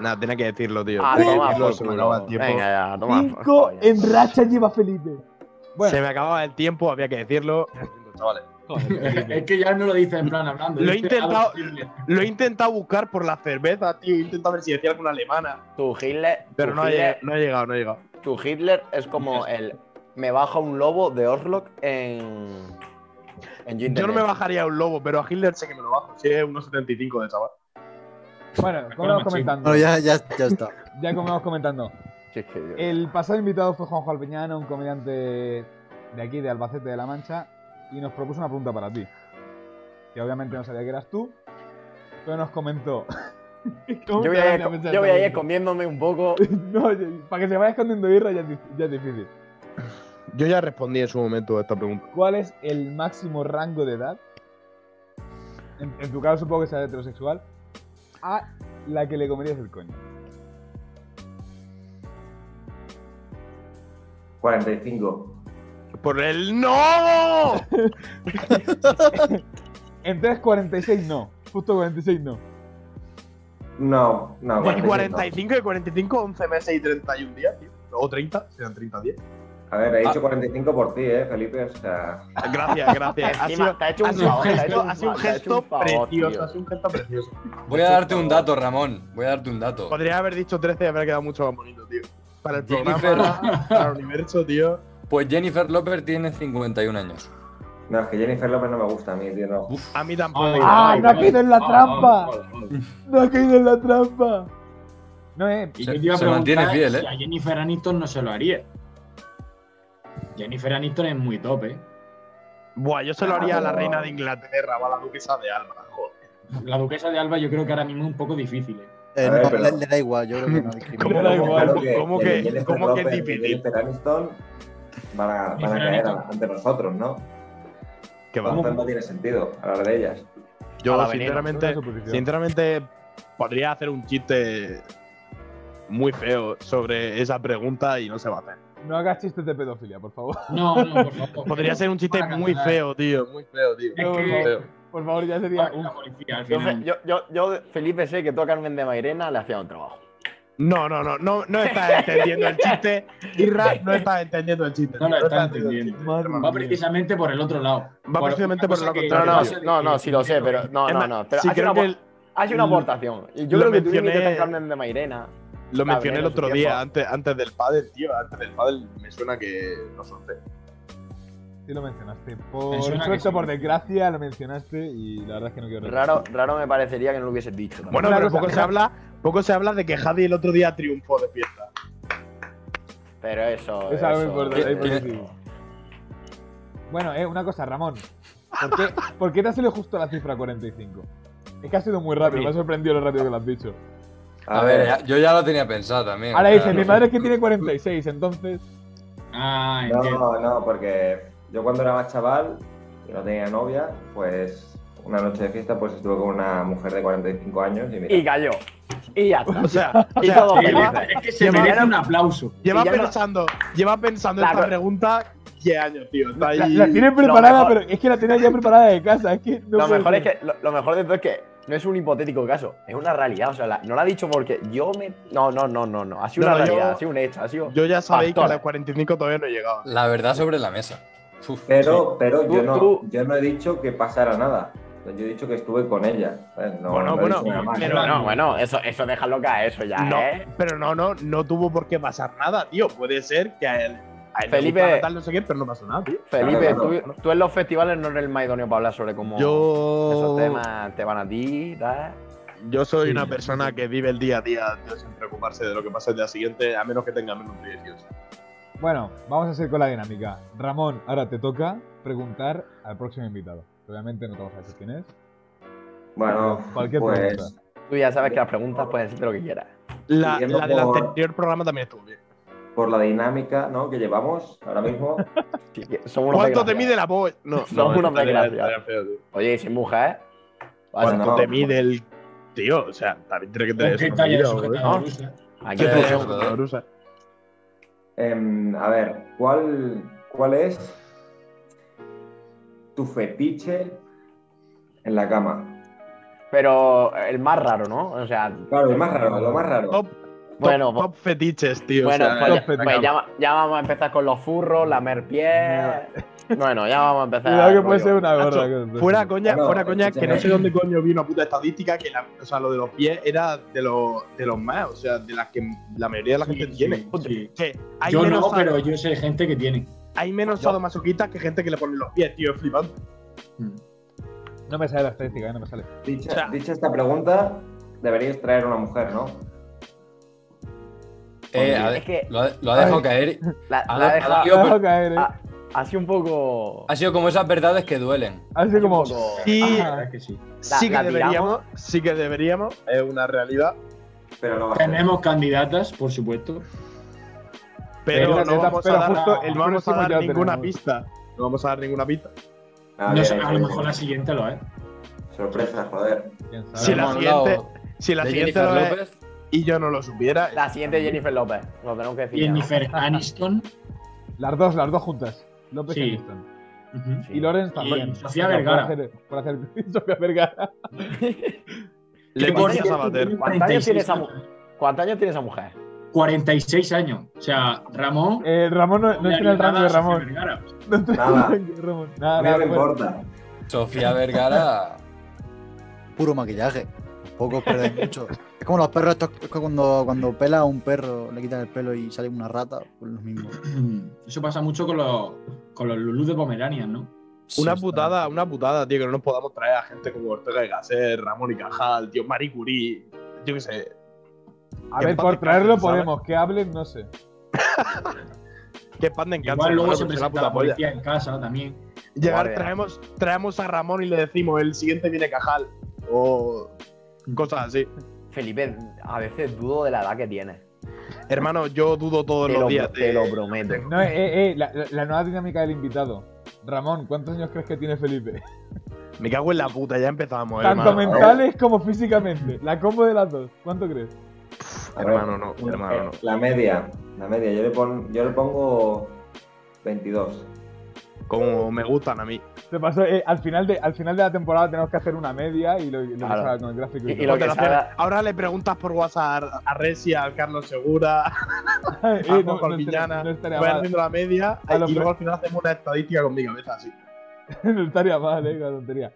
G: Nada, tenía que decirlo, tío.
E: Ah,
G: Tenía que
E: toma,
G: decirlo,
E: por
G: se me
E: culo.
G: acababa el tiempo.
E: Venga, ya, toma. pues, por
H: Cinco
E: culo, ya.
H: en racha lleva Felipe.
A: Bueno,
G: Se me acababa el tiempo, había que decirlo.
D: es que ya no lo dices en plan hablando.
G: Lo he
D: dices a lo
G: intentado. Ah,
D: posible.
G: Lo he intentado buscar por la cerveza, tío. He intentado ver si decía alguna alemana.
E: Tu Hitler,
G: Pero
E: tu
G: no ha, llegado,
E: Hitler,
G: no ha llegado, no ha llegado.
E: tu Hitler es como el me baja un lobo de Orlok en en Yo
G: Yo no me
E: Internet.
G: bajaría un lobo, pero a Hitler sé que me lo bajo. Si es 1,75 de chaval.
A: bueno, como vamos comentando.
C: Bueno, ya, ya, ya está.
A: Ya como vamos comentando.
E: Sí, es que, Dios.
A: El pasado invitado fue Juanjo Alpeñano, un comediante de aquí, de Albacete de la Mancha, y nos propuso una pregunta para ti. Que obviamente no sabía que eras tú, pero nos comentó.
E: Yo voy a ir, yo voy a ir comiéndome un poco.
A: No, oye, para que se vaya escondiendo Irra ya es dif- ya es difícil.
G: Yo ya respondí en su momento a esta pregunta.
A: ¿Cuál es el máximo rango de edad? En, en tu caso supongo que sea heterosexual. A la que le comerías el coño.
F: 45.
G: ¡Por el no!
A: Entonces 46 no. Justo 46 no.
F: No, no.
G: Y
F: 45.
G: 45 y 45, 11 meses y 31 días, tío. O 30, serán 30 días.
F: A ver, he dicho 45 por ti, eh, Felipe. O sea,
G: Gracias, gracias. Ha
E: Encima,
G: sido,
E: te ha hecho un
G: ha sido un
E: favor, te ha
G: gesto,
E: hecho un
G: ha sido un
E: fa- te ha hecho un favor,
G: gesto precioso,
E: tío.
G: ha sido un gesto precioso.
B: Voy a darte un dato, Ramón. Voy a darte un dato.
G: Podría haber dicho 13 y habría quedado mucho más bonito, tío. Para el programa,
B: Jennifer.
G: para el universo, tío.
B: Pues Jennifer López tiene 51 años.
F: no, es que Jennifer López no me gusta a mí, tío. No.
G: A mí tampoco.
D: Ay,
H: ¡Ah,
D: ay,
H: no ha
D: ay,
H: caído en la
D: ay,
H: trampa!
D: ay, ay, ay.
H: No ha caído en la trampa.
A: No, eh.
D: Y
B: Se-
D: yo te iba a
B: se mantiene
D: preguntar
B: fiel, ¿eh?
D: si a Jennifer Aniston no se lo haría. Jennifer Aniston es muy top, ¿eh?
G: Buah, yo se lo haría a la reina de Inglaterra o a la duquesa de Alba, joder.
D: La duquesa de Alba yo creo que ahora mismo es un poco difícil, ¿eh?
C: Eh,
F: A ver,
C: no,
F: pero-
C: le, le da igual, yo creo que no
G: ¿Cómo?
C: discrimina.
G: da igual,
F: Claro
G: ¿cómo que-
F: Jennifer
G: cómo que
F: López y
G: difícil?
F: Jennifer Aniston van a, van a
D: Jennifer
F: caer
D: Aniston.
F: ante nosotros, ¿no?
G: Que va.
F: Entonces no tiene sentido hablar de ellas.
G: Yo,
E: A la veneno,
G: sinceramente,
A: una suposición.
G: sinceramente, podría hacer un chiste muy feo sobre esa pregunta y no se va a hacer.
A: No hagas chistes de pedofilia, por favor.
D: No, no, por favor.
G: Podría ser un chiste
D: Para
G: muy
D: cancelar.
G: feo, tío. Muy feo, tío.
D: Es
A: Muy
D: que
G: feo.
A: Por favor, ya sería.
D: Va
A: un-
D: la policía al
E: Yo,
D: final.
E: yo, yo, yo, Felipe, sé que tú a Carmen de Mairena le hacía un trabajo.
G: No, no, no, no, no estás entendiendo el chiste. Irra, no estás entendiendo el chiste.
D: No lo
G: estás
D: está
G: el
D: entendiendo.
G: chiste, hermano.
D: Va precisamente por el otro lado.
G: Va precisamente
D: una cosa
G: por el lado
D: que-
E: No,
G: contrario.
E: no,
D: una cosa
G: sí,
E: no,
D: que-
E: no, sí lo sé, pero no,
G: Es
E: no,
G: más,
E: no. Pero
G: sí,
E: ha hecho
G: creo
E: una,
G: que
E: apo- ha hecho una
G: lo-
E: aportación. Y yo
G: lo
E: creo que tú
G: mencioné-
E: imitas a Carmen de Mairena.
G: Lo
E: Está
G: mencioné
E: bien,
G: el
E: en su
G: otro
E: tiempo.
G: día, antes, antes del pádel, tío. Antes del pádel me suena que no solté.
A: Sí lo mencionaste. Por
D: Me suena que
A: suerte,
D: sí.
A: por desgracia, lo mencionaste y la verdad es que no quiero repetir.
E: Raro, raro me parecería que no lo hubiese dicho. también.
G: Bueno,
A: Claro,
G: pero poco
A: claro.
G: se, habla, poco se habla de que Javi el otro día triunfó de fiesta.
E: pero eso.
A: Es algo
E: eso- eh,
A: importante,
E: eso-
A: es positivo. Bueno, eh, una cosa, Ramón. ¿Por qué, por qué te ha salido justo la cifra 45? Es que ha sido muy rápido, me ha sorprendido lo rápido que lo has dicho.
B: A ver, ya- yo ya lo tenía pensado
E: Eh,
B: también.
A: Ahora dice,
B: Claro.
A: mi madre es que tiene 46, entonces.
D: Ah,
F: No,
D: entiendo.
F: no, porque yo cuando era más chaval y no tenía novia, pues una noche de fiesta pues estuve con una mujer de 45 años y mira.
E: Y cayó. Y ya está.
G: O sea, o
E: Y
G: sea,
E: todo
G: lleva,
E: feliz.
D: Es que se
G: Lleva-
D: merece un aplauso.
G: lleva
E: Y ya no-
G: pensando, lleva pensando
E: La
G: esta
E: co-
G: pregunta 10 años, tío. Está ahí.
A: La, la tiene preparada,
E: mejor-
A: pero es que la tenía ya preparada de casa. Es que no
E: Lo
A: puede
E: mejor, es
A: ser.
E: que, lo, lo mejor de todo es que no es un hipotético caso, es una realidad. O sea, la- no lo ha dicho porque yo me. No, no, no, no, no. Ha sido
G: No,
E: una
G: no, yo-
E: realidad, ha sido un hecho, ha sido.
G: Yo ya sabéis que a
E: Factor.
G: los 45 todavía no he llegado.
B: La verdad sobre la mesa. Uf,
F: Pero, pero
E: Tú-
F: yo, no,
E: tú-
F: yo no he dicho que pasara nada. Yo he dicho que estuve con ella. ¿sabes? No,
G: Bueno,
F: no he
G: bueno,
F: dicho nada más.
G: pero
E: No, bueno, eso, eso déjalo caer, eso ya,
G: No,
E: ¿eh?
G: pero no, no, no tuvo por qué pasar nada, tío. Puede ser que a él. A él le
E: Felipe-
G: gustara tal, no sé qué, pero no pasó nada, tío.
E: Felipe,
F: Claro, claro.
E: tú, tú en los festivales no eres el más idóneo para hablar sobre cómo esos
G: Yo.
E: temas te van a ti, tal.
G: Yo soy una persona que vive el día a día, tío, sin preocuparse de lo que pasa el día siguiente, a menos que tenga menos de 18.
A: Bueno, vamos a seguir con la dinámica. Ramón, ahora te toca preguntar al próximo invitado. Obviamente no te vamos a decir quién es.
F: Bueno,
A: Cualquier
F: pues,
A: pregunta.
E: Tú ya sabes que las preguntas pueden ser de lo que quieras.
G: La,
F: Siguiendo
G: la del
F: por-
G: anterior programa también estuvo bien.
F: por la dinámica ¿no? que llevamos ahora mismo,
E: Sí, que Somos unos
G: ¿Cuánto te
E: desgraciados.
G: mide la voz? No,
E: Somos
G: no,
E: unos
G: estaría-
E: desgraciados.
G: estaría feo, tío.
E: Oye, y sin mujer,
F: Bueno,
E: ¿eh?
G: ¿Cuánto
F: no.
G: te mide el. Tío, o sea, también tiene que tener
D: ¿Con qué
G: eso,
D: talla de
G: ¿no?
D: sujetador usa?
E: Aquí
G: ¿Qué
B: Eh,
G: talla de
E: tenemos-
G: sujetador usa?
F: Em, a ver, ¿cuál, ¿cuál es tu fetiche en la cama?
E: Pero el más raro, ¿no? O sea,
F: Claro, lo más raro, lo más raro.
G: Top,
E: Bueno,
G: bueno, top, fetiches, tío.
E: bueno,
G: o sea,
E: pues,
G: ¿eh? venga,
E: pues
G: va.
E: ya, va- ya vamos a empezar con los furros, lamer pies. Bueno, ya vamos a empezar.
A: Cuidado que
E: el
A: puede
E: rollo.
A: ser una gorda.
G: Nacho,
A: que-
G: eh, Fuera coña,
F: Claro,
G: fuera coña, que no sé
F: escúchame.
G: dónde coño vi una puta estadística que la, o sea, lo de los pies era de los de los más, o sea, de las que la mayoría de la gente
D: Sí,
G: tiene.
D: sí,
G: Joder,
D: sí.
G: que hay
D: Yo
G: menos,
D: no,
G: sa-
D: pero yo sé gente que tiene.
G: hay menos sadomasoquistas que gente que le ponen los pies, tío, es flipante.
A: No me sale la estadística, eh, no me sale.
F: Dicha,
G: o sea-
F: dicha esta pregunta, deberíais traer una mujer, ¿no?
B: Eh, ha de-
E: Es que
B: lo, ha, lo ha dejado caer.
E: la,
B: Ha,
E: la
B: ha
E: deja-
B: dolido, pero
A: Deja caer, eh.
E: ah, ha sido un poco.
B: ha sido como esas verdades que duelen.
A: Así como. "Ah".
E: un poco-
G: Sí,
D: La verdad es que sí.
G: sí
E: la
G: que deberíamos, sí que deberíamos, es una realidad,
F: Pero no va a ser.
D: Tenemos candidatas, por supuesto.
G: pero,
A: Pero-
G: no vamos
A: pero
G: a dar,
A: justo el
G: no vamos a
A: último
G: dar
A: ya
G: ninguna
A: tenemos.
G: pista. No vamos a dar ninguna pista.
F: Nada,
D: no
F: bien,
D: sé,
F: bien,
D: a lo
F: bien.
D: mejor la siguiente lo es.
F: Sorpresa, joder.
A: ¿Quién sabe?
G: Si la
B: Hemos hablado
G: siguiente, si la
B: de
G: siguiente
B: Jennifer
G: lo es
B: López.
G: y yo no lo supiera,
E: La siguiente es Jennifer López. Lo tenemos que decir. ya, ¿no?
D: Jennifer Aniston
A: Las dos, las dos juntas. López
D: Sí.
A: y Aniston.
D: ujú,
E: Sí.
A: Y Lorenz
D: Y
A: también.
D: Sofía
A: Venga,
D: Vergara.
A: Por hacer, por hacer Sofía Vergara.
G: le
D: ¿Cuántos
G: pones a
D: años
G: Sabater.
D: tiene?
E: ¿Cuántos años tiene esa
D: 46
E: mujer? ¿Cuántos años tiene esa mujer?
D: 46 años. O sea, Ramón.
A: Eh, Ramón no, no
D: le
A: entra en el
D: haría
A: rango de
D: nada a Sofía
A: Ramón.
D: Vergara.
A: No entra en el rango de
F: Nada.
A: Ramón.
D: Ah,
A: Nada,
F: A mí
A: nada,
F: no me
A: bueno.
F: importa.
B: Sofía Vergara.
C: Puro maquillaje. Pocos pierden mucho. Es como los perros estos es que cuando, cuando pela a un perro, le quitan el pelo y sale una rata, pues lo mismo.
D: Eso pasa mucho con los, con los Lulú de Pomerania, ¿no?
G: Una putada, una putada, tío, que no nos podamos traer a gente como Ortega y Gasset, Ramón y Cajal, tío, Marie Curie, yo qué sé.
A: A
G: Que
A: ver,
G: en paz
A: por
G: descanse,
A: traerlo
G: ¿sabes?
A: podemos. Que hablen, no sé.
G: Que panden cáncer.
D: Igual luego
G: hermano,
D: se
G: que es
D: presenta
G: una
D: la
G: puta polla.
D: policía en casa también.
G: Llegar,
E: Guardia.
G: traemos, traemos a Ramón y le decimos, el siguiente viene Cajal, o cosas así.
E: Felipe, a veces dudo de la edad que tiene.
G: Hermano, yo dudo todos
E: Te
G: los
E: lo,
G: días.
E: te lo prometo.
A: No, eh, eh, la, la- la nueva dinámica del invitado. Ramón, ¿cuántos años crees que tiene Felipe?
G: Me cago en la puta, ya empezamos,
A: Tanto
G: hermano.
A: mentales como físicamente. La combo de las dos. ¿Cuánto crees?
F: A
G: Hermano, no, hermano, no.
F: La media, la media. Yo le, pon- yo le pongo 22.
G: Como me gustan a mí.
A: Se pasó, eh, al, final de, al final de la temporada tenemos que hacer una media y lo, y lo que
E: Claro.
A: salga con el gráfico.
E: Y- y
A: todo.
E: lo que
G: Ponte la
E: salga-
G: cena. Ahora le preguntas por WhatsApp a- a Resi, al Carlos Segura,
A: Eh,
G: Vamos
A: no,
G: con
A: no estaría-
G: Villana.
A: no estaría
G: voy
A: mal.
G: haciendo la media
A: A lo
G: y
A: pe-
G: luego al final hacemos una estadística con mi cabeza así.
A: no estaría mal, eh, la tontería.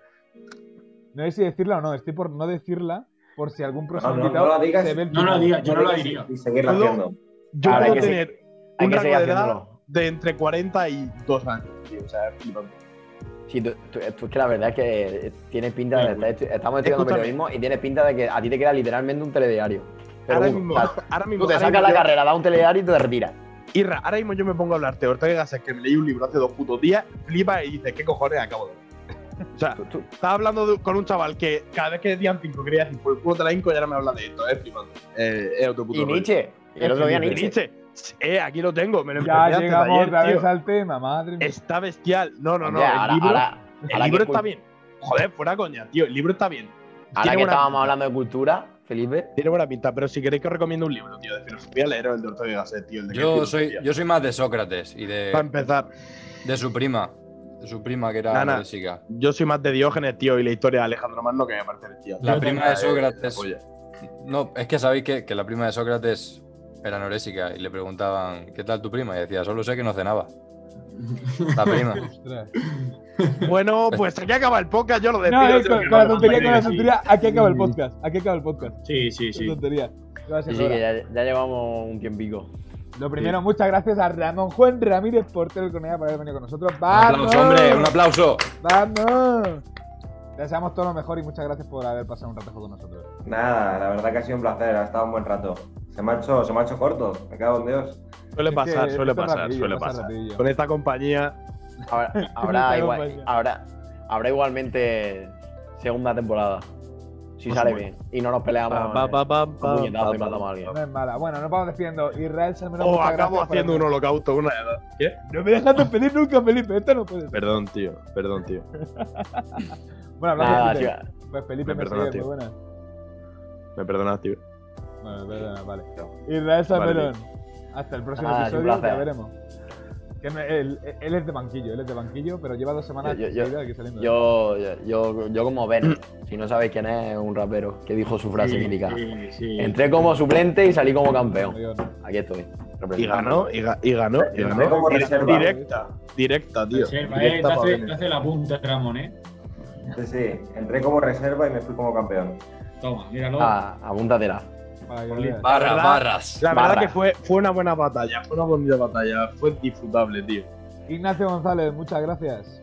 A: No sé si decirla o no, estoy por no decirla por si algún próximo
F: No, no,
A: invitado
F: no la digas.
A: se ve el
D: No la
A: titular.
D: digas, yo no la
F: digas
D: diría.
F: Y seguirla
G: Puedo-
F: haciendo.
G: Yo
E: Ahora hay
G: puedo
E: que
G: tener
E: Hay
G: un
E: que seguir
G: rango de edad
E: haciéndolo.
G: de entre 40 y 2 años, tío. O sea, es flipante.
E: Sí, tú- tú- tú- es que la verdad es que eh, tiene pinta de. estar estu- estamos estudiando
G: Escúchame.
E: periodismo y tiene pinta de que a ti te queda literalmente un telediario. Pero
G: Ahora
E: uno,
G: mismo,
E: o sea,
G: ahora mismo,
E: tú te
G: ahora
E: sacas
G: mismo
E: la
G: yo-
E: carrera, das un telediario y te retiras.
G: Irra, ahora mismo yo me pongo a hablarte de Ortega y Gasset, que me leí un libro hace dos putos días, flipa y dices, ¿qué cojones acabo de ver? O sea,
E: Tú- tú-
G: estaba hablando de- con un chaval que cada vez que decían 5 quería decir por el culo de "Pues, la 5 y ahora me habla de esto, es flipante. Eh, es otro puto
E: y
G: rollo.
E: Nietzsche. El otro día Nietzsche.
G: Nietzsche. Eh, aquí lo tengo, me lo empecé
A: Ya
G: antes de
A: llegamos
G: ayer,
A: otra vez
G: tío.
A: al tema, madre mía.
G: Está bestial. No, no, no.
E: Hombre,
G: el
E: ahora,
G: libro,
E: ahora-
G: el
E: ahora que
G: libro
E: cu-
G: está bien. Joder, fuera coña, tío. El libro está bien.
E: ahora
G: Tiene
E: que
G: buena
E: estábamos
G: pinta.
E: hablando de cultura, Felipe.
G: Tiene buena pinta, pero si queréis que os recomiendo un libro, tío, de filosofía, leeros el de Ortega y Gasset, tío. El de
B: Yo
G: Crecimiento,
B: soy,
G: tío.
B: yo soy más de Sócrates y
G: Para
B: de,
G: empezar,
B: de su prima. De su prima, que era
G: Nana.
B: Narcisica.
G: yo soy más de Diógenes, tío, y la historia de Alejandro Magno que me parece bestial.
B: La
G: Yo
B: prima
G: tengo-
B: de
D: eh,
B: Sócrates.
G: Oye,
B: No, es que sabéis que, que la prima de Sócrates era anorésica y le preguntaban, ¿qué tal tu prima? Y decía, solo sé que no cenaba. La prima.
A: Ostras.
G: Bueno, pues aquí acaba el podcast, yo lo despido.
A: No, eh,
G: yo
A: con,
G: creo
A: con la
G: que-
A: tontería, con la
D: sí.
A: tontería, aquí acaba el podcast. Aquí acaba el podcast.
D: Sí, sí, sí.
A: Tontería. Ya va
E: Sí,
A: siendo
E: sí,
A: hora.
E: que ya, ya llevamos un tiempico.
A: Lo primero, muchas gracias a Ramón Juan Ramírez Portero del Cornellá por haber venido con nosotros.
B: Un
A: ¡Vamos!
B: aplauso, hombre, un aplauso.
A: ¡Vamos! Te deseamos todo lo mejor y muchas gracias por haber pasado un ratazo con nosotros.
F: Nada, la verdad que ha sido un placer. Ha estado un buen rato. Se me ha hecho, se me ha hecho corto. Me cago en Dios.
G: Suele
A: Es
G: pasar,
A: que
G: suele
A: pasa
G: pasar,
A: rapidillo,
G: suele
A: pasa
G: pasar.
A: rapidillo.
G: Con esta compañía,
E: Habrá, habrá,
A: Nunca
E: igual,
A: vamos a-
E: habrá, habrá igualmente segunda temporada. Si
G: Por
E: sale bien.
G: supuesto.
E: Y no nos peleamos.
G: pa, pa, pa, pa,
E: a puñetazo
G: pa,
E: y
G: pa,
E: matamos a
G: pa.
E: alguien.
A: No es mala. Bueno, nos vamos despidiendo. Israel Salmerón,
G: O
A: muchas
G: Oh, acabo
A: gracias por
G: haciendo un
A: habernos-
G: holocausto, una edad. ¿Qué?
A: No me dejas despedir nunca, Felipe. Esto no puede ser.
G: Perdón, tío, perdón, tío.
A: Bueno, hablamos
E: Nada,
A: de
E: sí,
A: Felipe. Pues Felipe
G: Me
A: me sigue,
G: perdona, tío.
A: muy buena.
G: Me perdonas, tío.
A: Bueno, perdona, vale. Israel Salmerón. Hasta el próximo
E: Nada, es un
A: episodio, ya
E: placer.
A: veremos. Que me- él, él es de banquillo, él es de banquillo, pero lleva dos semanas
E: Yo- yo- yo-
A: seguidas aquí saliendo.
E: Yo, yo, yo como Ben, si no sabéis quién es, es un rapero que dijo su frase mítica.
D: Sí, sí.
E: Entré como suplente y salí como campeón.
A: Yo no.
E: Aquí estoy.
G: Y ganó, y, ga- y ganó, y
E: Ganó
G: ganó.
F: como
G: Dire-
F: reserva.
G: Directa, directa, tío.
D: Sí, va, eh,
G: Directa
D: te
G: pa'
D: hace,
G: Benet.
D: te hace la punta, Ramón, ¿eh?
F: Sí, sí, entré como reserva y me fui como campeón.
D: Toma, míralo.
E: Ah, apúntatela.
A: Para que lo veas.
B: Barras,
G: verdad-
B: barras.
G: La verdad
E: Barra.
G: que fue, fue una buena batalla, fue una bonita batalla, fue disfrutable, tío.
A: Ignacio González, muchas gracias.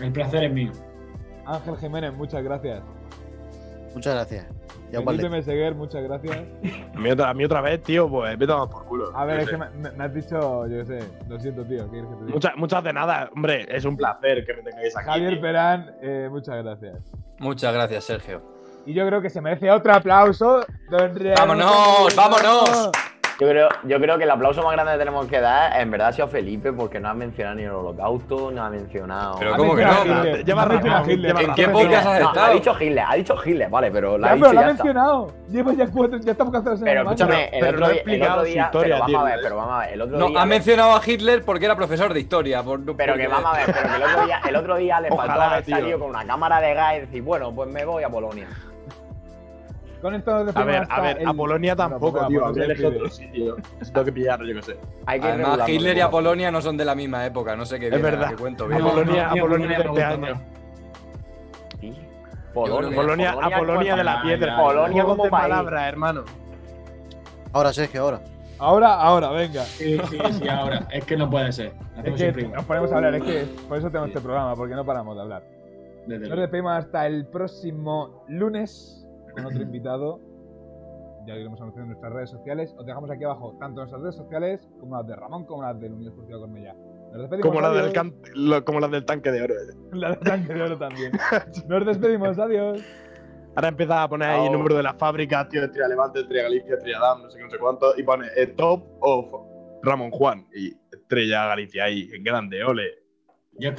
D: El placer es mío.
A: Ángel Jiménez, muchas gracias.
C: Muchas gracias. Ya os
A: Felipe
C: vale.
A: Meseguer, muchas gracias.
G: A mí otra, a mí otra vez, tío, pues vete a tomar por culo.
A: A ver,
G: Yo
A: es
G: sé.
A: que me, me- me has dicho, yo qué sé, lo siento, tío. ¿qué quieres que te diga?
G: Muchas, muchas de nada, hombre, es un placer que me tengáis aquí.
A: Javier
G: tío.
A: Perán, eh, muchas gracias.
B: Muchas gracias, Sergio.
A: Y yo creo que se merece otro aplauso. Don Ramón.
B: ¡Vámonos, vámonos!
E: Yo creo, yo creo que el aplauso más grande que tenemos que dar, en verdad, ha sido Felipe, porque no ha mencionado ni el holocausto, no ha mencionado.
B: Pero
A: Ha
B: ¿Cómo que
A: mencionado
B: no?
A: a Hitler,
G: Pero- lleva
A: ha mencionado
G: razón,
A: a Hitler.
G: lleva
B: ¿En qué
G: razón.
E: Hitler,
B: podcast has
E: no, ha
B: estado?
E: dicho Hitler, ha dicho Hitler, vale, pero la
A: Ya,
E: ha
A: pero
E: dicho
A: lo ha
E: ya está.
A: mencionado. Lleva ya cuatro, ya estamos cansados en
E: Pero
A: Alemania.
E: escúchame, el,
G: pero no
E: otro
G: ha
E: día, el
G: explicado
E: otro
G: su
E: día,
G: historia,
E: pero vamos a
G: tío,
E: ver,
G: ¿eh?
E: pero vamos a ver, el otro
B: No,
E: día.
B: ha mencionado a Hitler porque era profesor de historia. por- no-
E: Pero que
B: porque-
E: vamos a ver, pero que el otro día, el otro día le faltó
G: Ojalá,
E: haber
G: tío.
E: salido con una cámara de gas y decir, bueno, pues me voy a Polonia.
A: Con esto nos
G: A
A: despedimos
G: ver, a
A: hasta
G: ver,
A: el-
G: a Polonia tampoco,
A: No, a
G: tío.
A: Polonia
G: Habría elegido
A: despide.
G: otro sitio. Eso Tengo que pillarlo, yo qué sé.
E: Hay que ir
B: Además,
E: regulando,
B: Hitler y a
E: tío.
B: Polonia no son de la misma época, no sé qué
G: Es
B: viene,
G: verdad.
B: qué cuento
G: A
B: viene.
G: Polonia- a
D: tío,
G: Polonia
D: me
G: de
D: gusta
G: este
D: más.
E: Sí.
B: creo que-
G: Polonia, a Polonia de la
D: Ah,
G: piedra.
D: ya,
E: Polonia
G: Juego
E: como
G: de
E: país.
G: palabras, hermano.
C: Ahora, Sergio, ahora.
A: Ahora, ahora, venga.
D: Sí, sí, sí, ahora. Es que no puede ser.
A: Es
D: Hacemos
A: que
D: siempre
A: nos
D: igual.
A: ponemos a hablar, es que por eso tenemos este programa, porque no paramos de hablar.
D: Desde
A: Nos
D: luego.
A: despedimos hasta el próximo lunes con otro invitado. Ya lo iremos anunciando en nuestras redes sociales. Os dejamos aquí abajo tanto nuestras redes sociales como las de Ramón como las del Unión Esportiva Cornellá. Nos despedimos.
G: Como la, del
A: adiós.
G: can- lo- como la del tanque de oro. eh.
A: La del tanque de oro también. Nos despedimos, adiós.
G: Ahora empieza a poner ahí el
E: Chao.
G: número de las fábricas, tío, Tria Levante, Tria Galicia, Tria Dam, no sé qué, no sé cuánto, y pone eh, Top of Ramón Juan y Estrella Galicia ahí, en grande, ole.